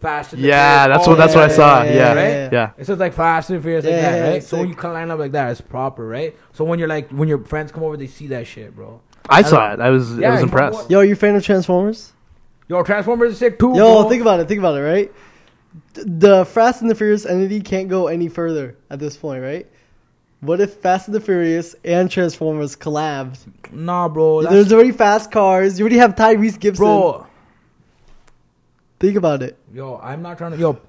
fast. and the
yeah,
Furious,
that's
all
what that's what I
that,
saw.
yeah,
Yeah,
yeah,
yeah.
yeah.
yeah.
It says like fast and furious like
Yeah,
that, right?
it's
So when
like-
you line up like that, it's proper, right? So when you're like when your friends come over, they see that shit, bro.
I saw it. I was I
Yeah,
was
you know
impressed.
what?
Yo, are you a fan of Transformers?
Yo, Transformers is sick too.
Yo,
bro.
think about it. Think about it. Right, Th- the Fast and the Furious entity can't go any further at this point, right? What if Fast and the Furious and Transformers collabed?
Nah, bro. That's,
There's already fast cars. You already have Tyrese Gibson.
bro.
Think about it.
Yo, I'm not trying to. Yo,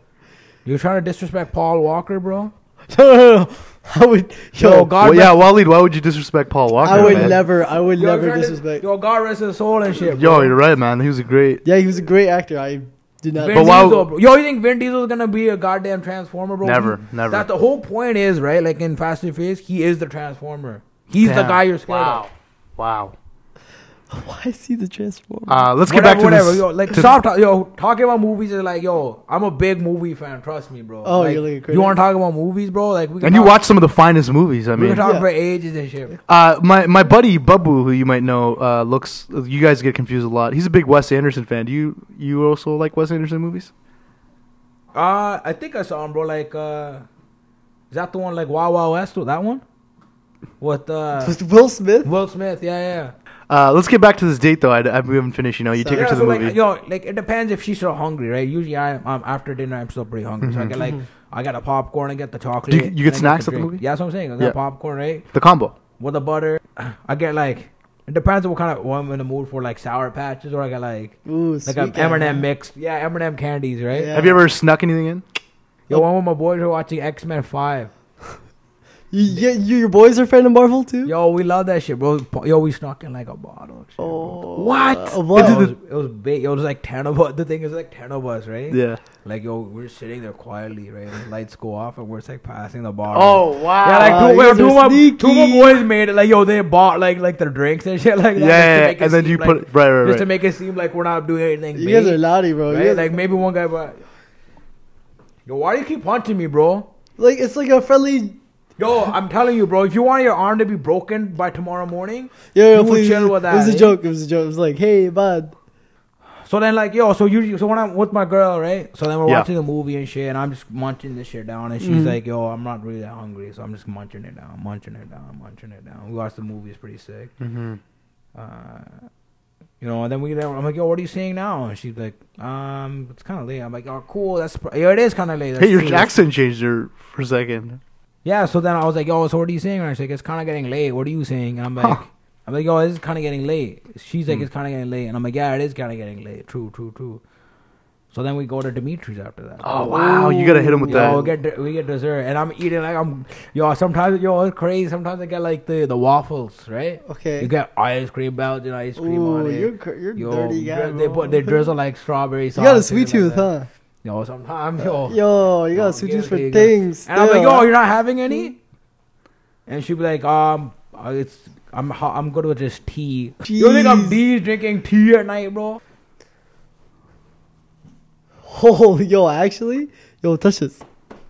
you're trying to disrespect Paul Walker, bro.
No, no, no. I would. Yo,
Yo, God
Well,
bless-
yeah, Waleed, why would you disrespect Paul Walker?
I would
man?
never. I would
Yo,
never
trying to-
disrespect.
Yo, God rest his soul and shit. Bro.
Yo, you're right, man. He was a great.
Yeah, he was a great actor. I did not.
Vin
But why-
Diesel, bro. Yo, you think Vin Diesel's gonna be a goddamn transformer, bro?
Never,
He-
never.
That's the whole point, is right? Like in Fast and Furious, he is the transformer. He's the
Damn.
guy you're scared
wow.
of.
Wow.
why is he the Transformer?
Uh, let's get
whatever,
back to
whatever.
this.
Yo, like
to-
stop. Talk, yo, talking about movies is like, yo, I'm a big movie fan. Trust me, bro.
Oh,
like,
you're like a critic.
you want to talk about movies, bro? Like we can.
and you
talk-
watch some of the finest movies. I
We
mean,
can talk
Yeah.
for ages and shit.
uh, my my buddy Babu, who you might know, uh, looks. You guys get confused a lot. He's a big Wes Anderson fan. Do you you also like Wes Anderson movies?
Uh, I think I saw him, bro. Like, uh, is that the one like Wow Wow West? That one? With uh,
With Will Smith.
Will Smith? Yeah, yeah.
Uh, let's get back to this date though. I, I- we haven't finished. You know, you take
Sorry.
her to
yeah
the
so like,
movie.
yo, like it depends if she's so hungry, right? Usually, I, um, after dinner, I'm still pretty hungry, so I get like I got a popcorn, I get the chocolate.
Mm-hmm. Do you- you
and
get
I the
snacks at the
drink.
movie?
Yeah, that's what I'm saying. I got
Yeah.
popcorn, right?
the combo.
With the butter, I get like it depends on what kind of what I'm in the mood for, like sour patches, or I got like
Ooh,
like
sweet
an
guy,
M and
man.
M mixed, yeah, M and M candies, right?
Yeah.
Have you ever snuck anything in?
Yo, one with my boys were watching X Men Five.
You, you, you- your boys are fan of Marvel too.
Yo, we love that shit, bro. Yo, we snuck in like a bottle. and Shit, bro.
Oh,
What?
uh,
It
what?
was, it was big. It was like ten of us. The thing is, like ten of us, right?
Yeah.
Like yo, we're sitting there quietly, right? And the lights go off, and we're just like passing the bar.
wow.
yeah,
Ah,
like two,
you guys
two,
are
of my, two of my
sneaky.
boys made it. Like yo, they bought like like their drinks and shit
Yeah,
like that. just to
yeah,
make it
and then
seem
you
like-
put right, right,
just to
right.
make it seem like we're not doing anything.
You
big,
guys are loudy, bro. You
right?
guys- like,
Like maybe one guy bought. Yo, why do you keep hunting me, bro?
it's like a friendly.
Yo, I'm telling you, bro. If you want your arm to be broken by tomorrow morning,
Yo, yo
You
please.
chill with
it was
that,
a
eh?
joke. It was a joke. It was like, hey, bud.
So then, like, yo, so you, so when I'm with my girl, right? So then we're
Yeah. Mm-hmm.
watching the movie and shit, and I'm just munching this shit down, and she's like, yo, I'm not really that hungry, so I'm just munching it down, munching it down, munching it down. We watched the movie; it's pretty sick.
Mm-hmm.
Uh, you know, and then we, I'm like, yo, what are you seeing now? And she's like, um, it's kind of late. I'm like, oh, cool, that's, pr- yo, it is kind of late.
Hey,
that's
your
true."
accent changed there for a second.
Yeah. So then I was like, yo, so what are you saying? And she's like, it's kind of getting late. What are you saying? And I'm like.
Huh. Hmm.
I'm like, yo, this is kind of getting late. She's like, it's kind of getting late, and I'm like, yeah, it is kind of getting late. True, true, true. So then we go to Dimitri's after that.
Oh wow, you gotta hit him with
Yo, we
that.
get we get dessert, and I'm eating like I'm. Yo, sometimes yo, it's crazy. Sometimes I get like the the waffles, right?
Okay.
You get ice cream Belgian ice cream on
Ooh,
it.
you're cr- you're
Yo,
dirty guy.
dri- They
bro.
put they drizzle like strawberry sauce.
You got a
and
sweet
shit like
tooth,
that.
huh?
Yo, sometimes yo.
Yo, you got
I'll
a sweet
get
tooth oh, for
it, Oh, you got-
things.
And I'm like,
still,
yo,
huh?
you're not having any? And she'd be like, um, Uh, it's I'm ho- I'm good with just tea. You think I'm
Jeez.
these drinking tea at night, bro?
Oh, yo, actually, yo, touch this.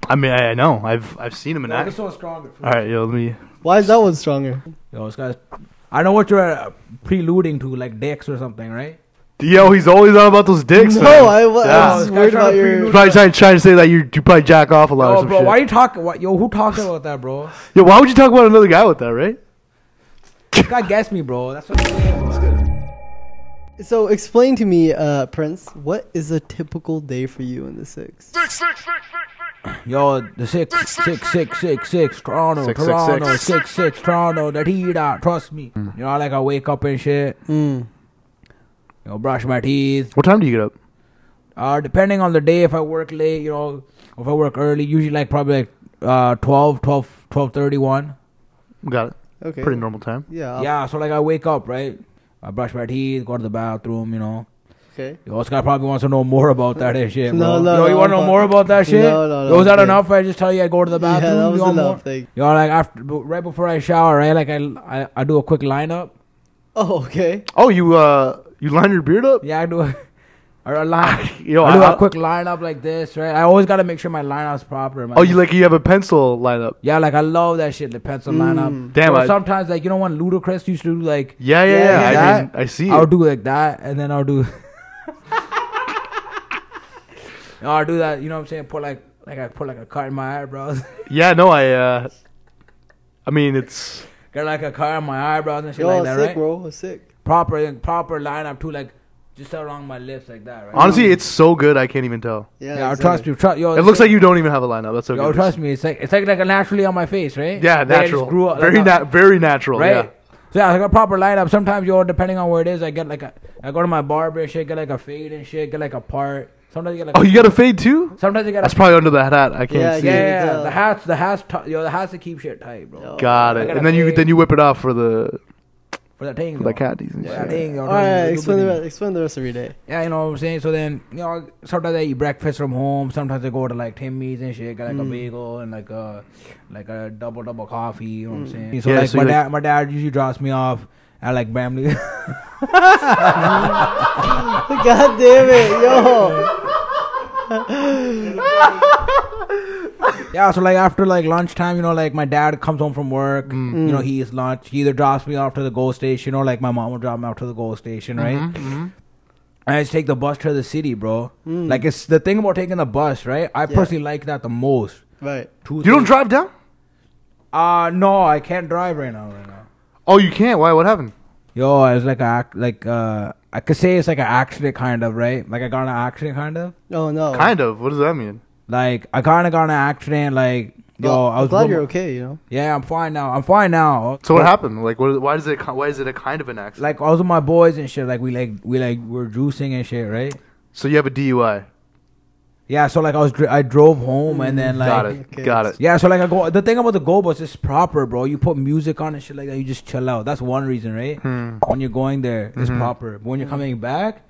I mean, I, I know. I've I've seen him in
Nah. This
action.
one's stronger. for
All right, yo, let me.
Why is that one stronger?
Yo, this guy's. I know what you're uh, preluding to, like dicks or something, right?
Oh, Yo, he's always on about those dicks.
no,
man.
I, I was
Yeah.
this
worried
guy's
about
trying to
your.
He's probably trying, trying to say that you you probably jack off a lot or
Oh,
some
bro,
shit.
why are you talking? What, yo, who talks about that, bro?
Yo, why would you talk about another guy with that, right?
This guy gets me, bro. That's what I'm saying.
So explain to me, uh, Prince, what is a typical day for you in the six?
Yo, the six, six, six, six, six, Toronto,
Six, six,
Toronto,
six. Mm.
six, six, Toronto. That heat out, trust me. You know, like I wake up and shit.
Mm.
You know, brush my teeth.
What time do you get up?
Uh, depending on the day, if I work late, you know, if I work early, usually like probably like uh 12, 12, 12, 31.
Got it.
Okay.
Pretty normal time.
Yeah.
Yeah, so like I wake up, right? I brush my teeth, go to the bathroom, you know.
Okay.
Yo, this guy probably wants to know more about that and shit.
No,
Bro.
no,
Yo,
no,
you want to
but-
know more about that shit?
No, no, no,
Yo, is that
okay.
enough? I just tell you I go to the bathroom.
yeah, that was
you want
enough.
more?
Thing.
Yo, like after but right before I shower, right? Like I, I, I do a quick lineup.
Oh, okay.
Oh, you uh, you line your beard up?
Yeah, I do a, or a line.
Yo,
I do
I-
a quick lineup like this, right? I always gotta make sure my lineup's proper. man.
Oh, you like you have a pencil line up?
Yeah, like I love that shit. The pencil
Mm. Hmm.
lineup.
Damn,
Yo,
I-
sometimes like you know when Ludacris used to do like
Yeah, yeah,
Yeah,
yeah. I
yeah.
mean, I see.
I'll
it.
do like that, and then I'll do. no, I'll do that. You know what I'm saying? Put like like I put like a cut in my eyebrows.
Yeah, no, I. uh I mean, it's
Got like a cut in my eyebrows and shit
Yo,
like that,
sick,
right?
bro. Sick.
Proper proper lineup too, like just along my lips like that, right?
honestly, it's so good I can't even tell.
Yeah.
yeah,
exactly.
trust you, trust yo.
It
it's
looks like you don't even have a lineup. That's okay.
Yo, trust me, it's like it's like like a naturally on my face, right?
Yeah,
Like, I just
natural.
grew up, like,
very
a-
nat, very natural.
right? So yeah, I got proper lineup. Sometimes yo, depending on where it is, I get like a, I go to my barber and shit, get like a fade and shit, get like a part. Sometimes you get
Yeah.
like,
Oh, you got a fade too?
sometimes you get
That's
a,
probably under that hat. I can't
Yeah,
see.
yeah,
it.
yeah,
Yeah.
the hats, the hats, t- yo, the hats to keep shit tight, bro.
Yo.
Got
I
it.
got
And
a
then you
fade.
then you whip it off for the
For that thing,
for the
yo.
caddies and
For
shit.
that thing, yo,
All right.
little
Explain the
bitty.
rest. Explain the rest of your day.
Yeah, you know what I'm saying. So then, you know, sometimes I eat breakfast from home. Sometimes I go to like Timmy's and shit, get
Mm.
like a bagel and like a like a double double coffee. You know what
Mm.
I'm saying? So
Yeah,
like
so
my
you like-
dad, my dad usually drops me off at like Bramley.
God damn it, yo.
yeah, so like after like lunchtime, you know, like my dad comes home from work.
Mm.
You know, he eats lunch. He either drops me off to the GO station or like my mom will drop me off to the GO station, right?
Mm-hmm,
And I just take the bus to the city, bro.
Mm.
Like it's the thing about taking the bus, right? I personally like that the most.
Right.
Two
You don't
things-
drive down?
Uh no, I can't drive right now. Right now.
Oh, you can't. Why? What happened?
Yo, it's like a ac- like uh, I could say it's like an accident kind of right. Like I got in an accident kind of.
Oh no.
Kind of. What does that mean?
Like I kind of got in an accident. Like yo,
Well,
I
I'm
was
glad
with
you're
my-
okay. You know.
Yeah, I'm fine now. I'm fine now.
So what happened? Like, what, why does it? Why is it a kind of an accident?
Like I was with my boys and shit. Like we like we like were juicing and shit, right?
so you have a DUI.
Yeah. So like I was dri- I drove home and then like
Got it.
okay.
Got it.
Yeah, so like I go. The thing about the go bus is proper, bro. You put music on and shit like that. You just chill out. That's one reason, right?
Hmm.
When you're going there, it's proper. But when you're coming back,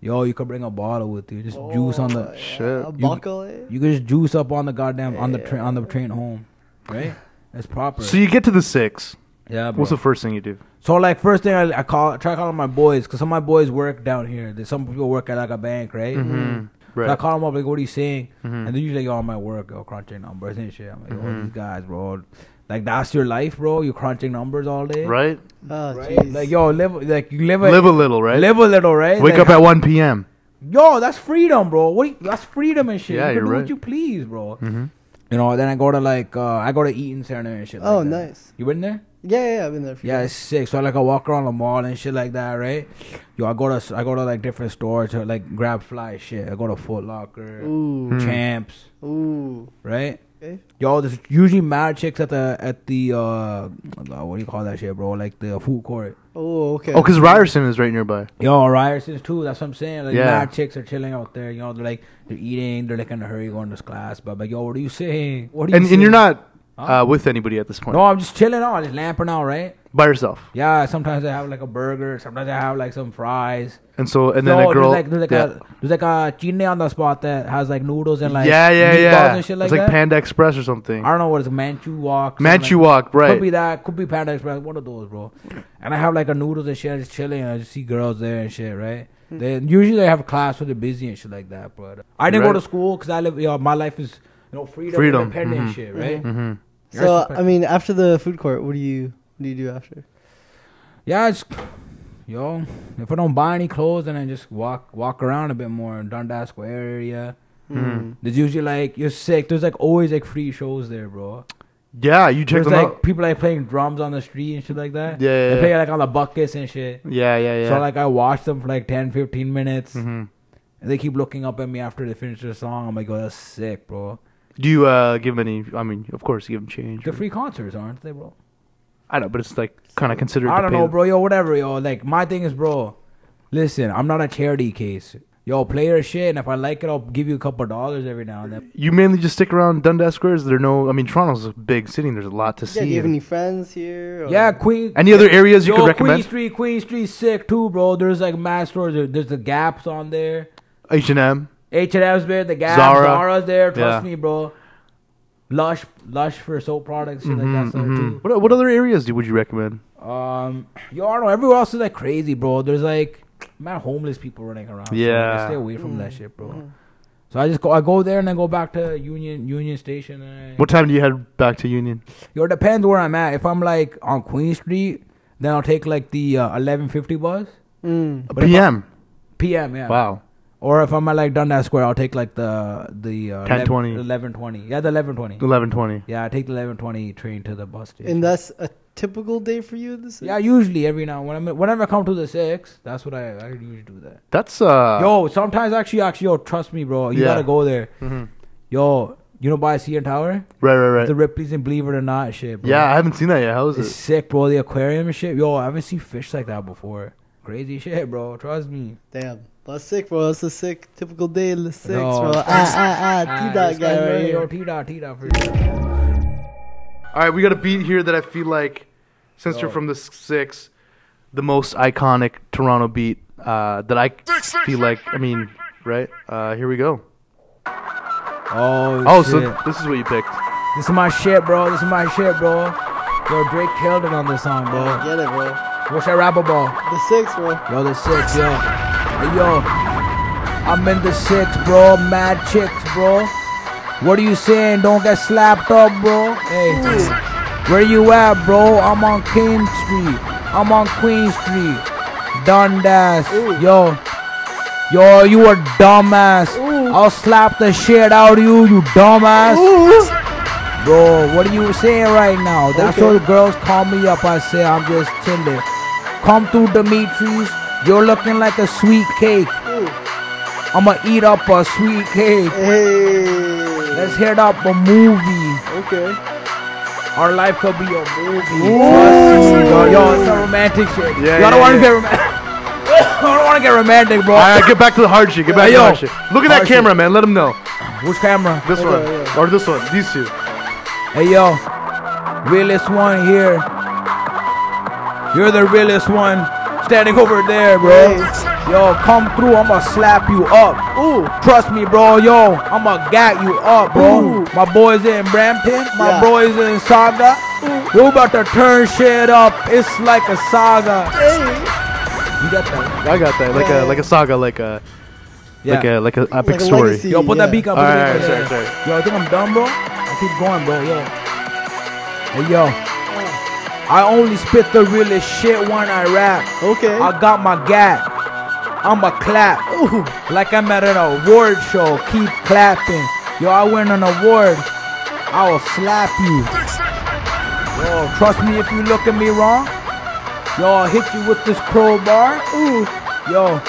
yo, you could bring a bottle with you. Just juice on the.
Shit.
Uh, buckle it.
You could just juice up on the goddamn on the train on the train home, right? That's proper.
So you get to the six.
yeah, bro.
What's the first thing you do?
so like first thing I, I call try calling my boys because some of my boys work down here. There's some people work at like a bank, right?
Mm-hmm.
So I
Right. Mm-hmm.
call them up like, what are you saying? And they're usually like, oh, my work, yo, crunching numbers and shit. I'm like, oh, these guys, bro. Like, that's your life, bro. You're crunching numbers all day.
Right.
Oh,
Right?
jeez.
Mm-hmm. Like, yo, live, like, you live a,
Live a little. Right.
live a little, right?
Wake
Like,
up at one p.m.
Yo, that's freedom, bro. What? you- that's freedom and shit.
Yeah,
you
you're
can do
right. Mm-hmm.
what you please, bro. You know, then I go to, like, uh, I go to Eaton Center and shit.
Oh,
like that.
nice.
You been there?
Yeah, yeah, yeah, I've been there. For
Yeah, it's sick. So like I walk around the mall and shit like that, right? Yo, I go to I go to like different stores to like grab fly shit. I go to Foot Locker,
Hmm.
Ooh.
Champs,
Ooh.
right?
Okay.
Yo, there's usually mad chicks at the at the uh uh, what do you call that shit, bro? Like the food court.
Oh, okay.
Oh, because Ryerson is right nearby.
Yo, Ryerson's too. That's what I'm saying. Like
Yeah.
mad chicks are chilling out there. You know, they're like they're eating. They're like in a hurry going to class. But like, yo, what are you saying? What are you
And and you're
saying?
not uh, with anybody at this point.
No, I'm just chilling out, just lamping out, right?
By yourself.
Yeah, sometimes I have like a burger, sometimes I have like some fries.
And so, and then
No,
a girl.
There's like, there's like
yeah.
a there's like a chine on the spot that has like noodles and like
yeah, yeah,
meatballs
yeah.
and shit like
it's like
that.
Panda Express or something.
I don't know what it's Manchu walk. something
Manchu
like-
Walk, right?
Could be that. Could be Panda Express. One of those, bro. And I have like a noodles and shit. I just chilling. And I just see girls there and shit, right? They usually they have class when they're busy and shit like that. But I didn't
Right.
go to school because I live. You know, my life is you know freedom,
Freedom,
independent
mhm.
and shit, right?
hmm
So um,
Respect.
I mean, after the food court, what do you what do you do after?
Yeah, it's yo. If I don't buy any clothes, then I just walk walk around a bit more in Dundas Square area.
Hmm.
Mm.
There's usually like you're sick. There's like always like free shows there, bro.
Yeah, you check
There's
them
like
out.
people like playing drums on the street and shit like that.
Yeah, yeah,
they
yeah.
play like on the buckets and shit.
Yeah, yeah, yeah.
So like I watch them for like 10, 15 minutes.
Mhm.
And they keep looking up at me after they finish their song. I'm like, oh, that's sick, bro.
Do you uh, give them any? I mean, of course, you give them change.
They're
Or,
free concerts, aren't they, bro?
I know, but it's like kind of considered.
I
to
don't
pay
know,
them.
bro. Yo, whatever, yo. Like my thing is, bro. Listen, I'm not a charity case. Yo, play your shit, and if I like it, I'll give you a couple dollars every now and then.
You mainly just stick around Dundas Square. Is there no? I mean, Toronto's a big city. and There's a lot to
Yeah, do
see.
you have any friends here? or-
Yeah, Queen.
Any other areas you
Yo,
could
Queen
recommend?
Street, Queen Street, sick too, bro. There's like mad stores. There- There's the Gaps on there.
H and M.
H and M's there. The Gaps,
Zara.
Zara's there. Trust
Yeah.
me, bro. Lush, Lush for soap products, shit like that stuff
Mhm.
too.
What what other areas do would you recommend?
Um, yo, I don't know. Everywhere else is like crazy, bro. There's like mad homeless people running around. so, like,
Yeah.
stay away from that
Mm.
shit, bro.
Mm-hmm.
So I just go, I go there and then go back to Union Union Station. And
What time do you head back to Union?
Yo, it depends where I'm at. If I'm like on Queen Street, then I'll take like the uh, 11:50 bus
Mm.
But if I-
PM.
p.m. Yeah.
Wow.
Or if I'm at like Dundas Square, I'll take like the the uh,
10:20.
11:20. Yeah, the 11:20.
Eleven twenty.
Yeah, I take the 11:20 train to the bus station.
And that's a typical day for you. This
yeah, usually every now when I'm whenever I come to the six, that's what I I usually do that.
That's uh.
Yo, sometimes actually, actually, yo, trust me, bro. You
Yeah.
gotta go there.
Mhm.
Yo, you know, by CN Tower,
Right, right,
the
right.
Ripley's and Believe It or Not shit, bro.
Yeah, I haven't seen that yet. How is
it's
it?
sick, bro. The aquarium and shit. Yo, I haven't seen fish like that before. Crazy shit, bro. Trust me.
Damn, that's sick, bro. That's a sick typical day. in the six,
No.
bro. Ah, ah, ah. T dot
this guy's
guy right
ready, Yo,
here.
T dot, T dot for sure.
All right, we got a beat here that I feel like, since you're
Yo.
from the s- six, the most iconic Toronto beat uh, that I feel like. I mean, right? Uh, here we go.
Oh,
Oh,
shit.
so this is Oh. what you picked.
this is my shit, bro. This is my shit, bro. Yo, Drake killed it on this song, bro.
Get it, bro.
What's that rapper ball?
The six, bro.
Yo, the six, yo. Hey, yo. I'm in the six, bro. Mad chicks, bro. What are you saying? Don't get slapped up, bro. Hey. Where you at, bro? I'm on King Street. I'm on Queen Street. Dundas. Yo. Yo, you a dumbass. I'll slap the shit out of you, you dumbass. Bro, what are you saying right now? That's
Okay.
what the girls call me up. I say I'm just chilling. Come through, Demetrius. You're looking like a sweet cake.
Ooh.
I'ma eat up a sweet cake.
Hey.
Let's hit up a movie.
okay.
Our life could be a movie. Trust me, bro. Yo, it's a romantic shit.
Yeah,
Yo, I don't
yeah,
want
yeah.
to get romantic. I don't want to get romantic, bro.
All right, get back to the hard shit. Get back to
Yo.
the hard shit. Look at that
Hard shit.
camera, man. Let them know.
Which camera?
This
Okay,
one
yeah.
or this one. These two.
Hey yo, realest one here. You're the realest one standing over there, bro. Yo, come through, I'ma slap you up.
Ooh.
Trust me, bro. Yo, I'ma gat you up, bro.
Ooh.
My boys in Brampton, my
Yeah.
boys in Saga. We're about to turn shit up. It's like a saga.
Hey.
You got that?
I got that. Like
Yeah.
a like a saga, like a
Yeah.
like a like an epic
Like a
story.
legacy.
Yo, put
Yeah.
that beak up.
All
put the
right,
beak
all right,
up.
sorry,
Yo, I think I'm done, bro. I keep going, bro. Yo. Hey, yo. I only spit the realest shit when I rap.
Okay.
I got my gap. I'm a clap.
Ooh.
Like I'm at an award show. Keep clapping. Yo, I win an award. I will slap you. Yo, Oh, trust me if you look at me wrong. Yo, I'll hit you with this crowbar.
Ooh.
Yo,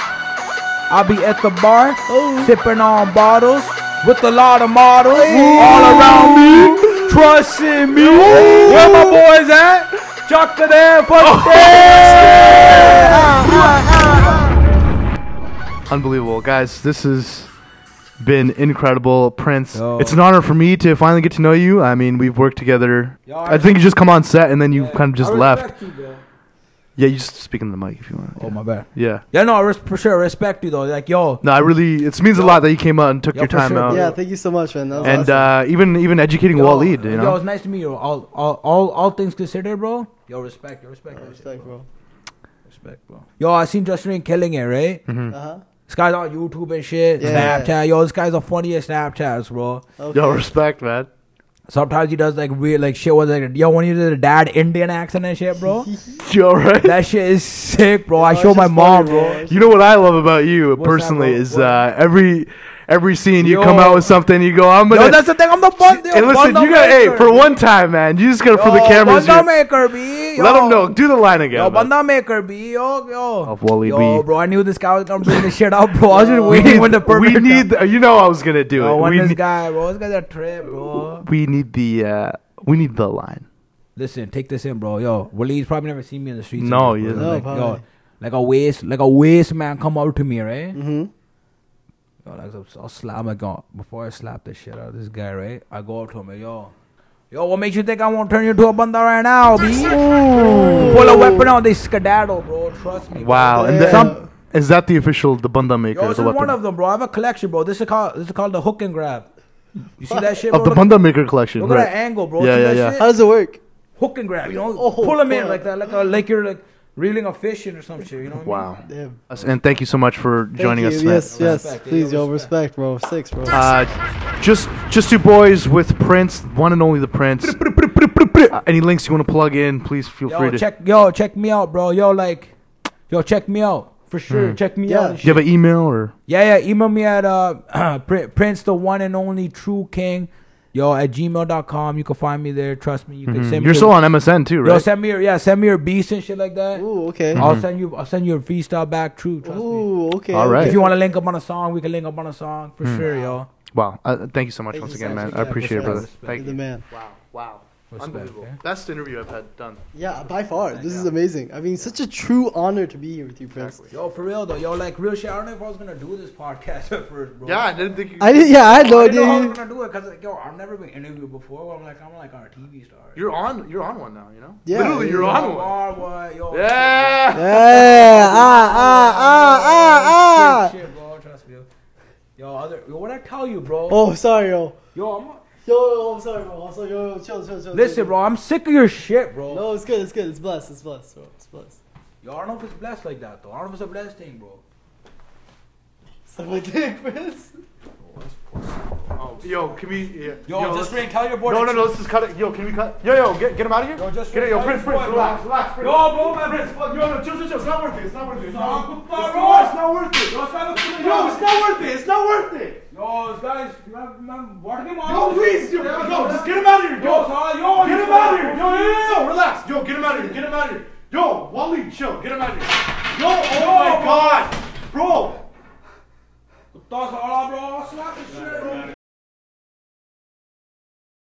I be at the bar,
Ooh.
sipping on bottles with a lot of models all around me, trusting me. Where my boys at? Chuck to them, fuck them.
Unbelievable, guys. This is been incredible, Prince.
Yo.
It's an honor for me to finally get to know you. I mean, we've worked together.
Yo, I-
I think you just come on set and then you
Yeah,
kind of just
I
left.
respect you, bro.
Yeah, you just speak into the mic if you want.
Oh
yeah.
my bad.
Yeah.
Yeah, no, I res- for sure respect you though. Like, yo,
No, I really. It means a lot that you came out and took
Yo,
your
for
time
sure,
out.
yeah, thank you so much, man. That was
and
awesome.
uh, even even educating
yo,
Waleed, you
yo,
know.
it's nice to meet you. All, all, all, all things considered, bro. Yo, respect, yo,
uh,
respect, that shit,
respect,
bro.
bro.
respect, bro. Yo, I seen Justin killing it, right?
Uh
Mhm.
huh.
This guy's on YouTube and shit,
Yeah.
Snapchat. Yo, this guy's the funniest Snapchats, bro.
Okay.
Yo, respect, man.
Sometimes he does like weird, like shit. Was like, yo, when you did a dad Indian accent and shit, bro.
Yo, right.
that shit is sick, bro. I
Yo,
show
it's
my
just
mom,
funny,
bro.
man.
You know what I love about you
that,
personally
bro?
is
What?
uh, every every scene you come
Yo.
out with something, you go, I'm gonna.
yo, that's the thing. I'm the bun. yo,
and listen,
bunda
you got hey
maker.
for one time, man. You just got to for the
Yo,
cameras.
Bunda
here.
maker, B. Yo.
Let them know. Do the line again.
Yo,
man.
banda maker, B. Yo, yo.
Of Wally
Yo,
B.
bro, I knew this guy was gonna bring this shit up, bro. I was just
we
waiting
need,
when the perfect.
we need the- you know I was gonna do
Yo,
it.
when
We
this
need,
guy, bro, this guy's a trip, bro.
we need the uh, we need the line.
Listen, take this in, bro. Yo, Wally's probably never seen me in the streets.
No,
bro.
he hasn't.
No,
Like, yo,
probably.
like a waste, like a waste man, come up to me, right?
Mm-hmm.
Yo, like, I'll, I'll slap my gun. Before I slap the shit out of this guy, right? I go up to him, yo. Yo, what makes you think I won't turn you into a banda right now, B? Pull a weapon out, they skedaddle, bro. Trust me. bro.
Wow. And the,
Some-
is that the official the bunda maker?
Yo, this
the
is
weapon?
one of them, bro. I have a collection, bro. This is called this is called the hook and grab. You see that shit, bro?
of the
look
bunda maker collection.
look at that
right.
angle, bro.
Yeah,
see
yeah,
that
yeah.
shit?
How does it work?
Hook and grab. You know,
Oh,
pull him in
fuck.
like that, like a, like you're like reeling a fish in or some shit. You know? What
Wow.
Damn.
And thank you so much for
Thank
joining
you.
us. tonight.
Yes, yes.
Respect, yeah,
Please,
yo,
yo, respect, bro. Six, bro.
Uh, just just two boys with Prince, one and only the Prince. Uh, any links you want to plug in, please feel
I mean?
free
Yo,
to.
check yo, check me out, bro. Yo, like, yo, check me out for sure.
Hmm.
Check me
Yeah.
out. and
Do you
shit.
have an email or?
Yeah, yeah. Email me at uh, Prin- Prince, the one and only true king, yo, at gmail.com. You can find me there. Trust me. You can send me.
Mm-hmm. You're
your-
still on MSN too,
Yo,
right? Mm-hmm.
send me your yeah, send me your beats and shit like that.
Ooh, okay.
I'll send you I'll send you a freestyle back. True, trust me.
Ooh, okay.
All right. Hmm.
If
okay.
you want to link up on a song, we can link up on a song for sure, yo.
Wow. Uh, thank you so much
Thank
once
you so
again,
much.
man. I
Yeah,
appreciate it,
respect.
brother.
Respect.
You're
Thank
the
you.
man.
Wow. Wow.
Respect, Unbelievable. yeah.
Best interview I've had done.
Yeah, by far. This is amazing. I mean, such a true honor to be here with you, Prince.
Yo, for real though, yo, like real shit. I don't know if I was gonna do this podcast at first, bro.
Yeah, I didn't think you.
I did, yeah, I had no
I didn't know how I
idea.
was gonna do it because like, yo, I've never been interviewed before. I'm like, I'm like our TV star.
You're on. You're on one now. You know.
Yeah.
Literally, you're
I'm
on one.
on one, yo.
Yeah.
Yeah, ah, ah, ah, ah, ah.
Oh, Shit, bro. Trust me. Yo, other, yo, what I tell you, bro?
Oh, sorry, yo.
Yo, I'm,
Yo, yo, I'm sorry, bro. I'm sorry, yo, yo, chill, chill, chill.
listen,
chill.
bro. I'm sick of your shit, bro.
No, it's good, it's good. It's blessed, it's blessed, bro. It's blessed.
Yo, I don't know if it's blessed like that though. I don't know if it's a blessed thing, bro.
Suck my dick, Prince.
Oh, yo, can we? Yeah.
Yo, just
let's-
straight tell your boy.
No, no,
the
no.
truth.
Let's just cut it. Yo, can we cut? Yo, yo, get get him out of here.
Yo, just
get it. Yo,
tell
Prince,
your
Prince,
boy,
relax,
bro.
relax, Prince.
Yo, bro, my
Prince,
Prince.
fuck. Yo, no, chill, chill, chill. It's not worth it. It's not worth it. It's not
Yo,
worth it. It's not- it's not worth it. Yo, it's
this
not worth it. It's not worth it.
guy's man, working on.
Yo, please, yo, yo, just get him out of here.
Yo,
Yo,
sorry, yo,
Get
you
him out of
sorry.
here! Yo, yo, yo, yo, relax! Yo, get him out of here! Get him out of here! Yo, Wally, chill! Get him out of here! Yo, oh my god! Bro!
That's all, bro. I'll slap the shit, bro.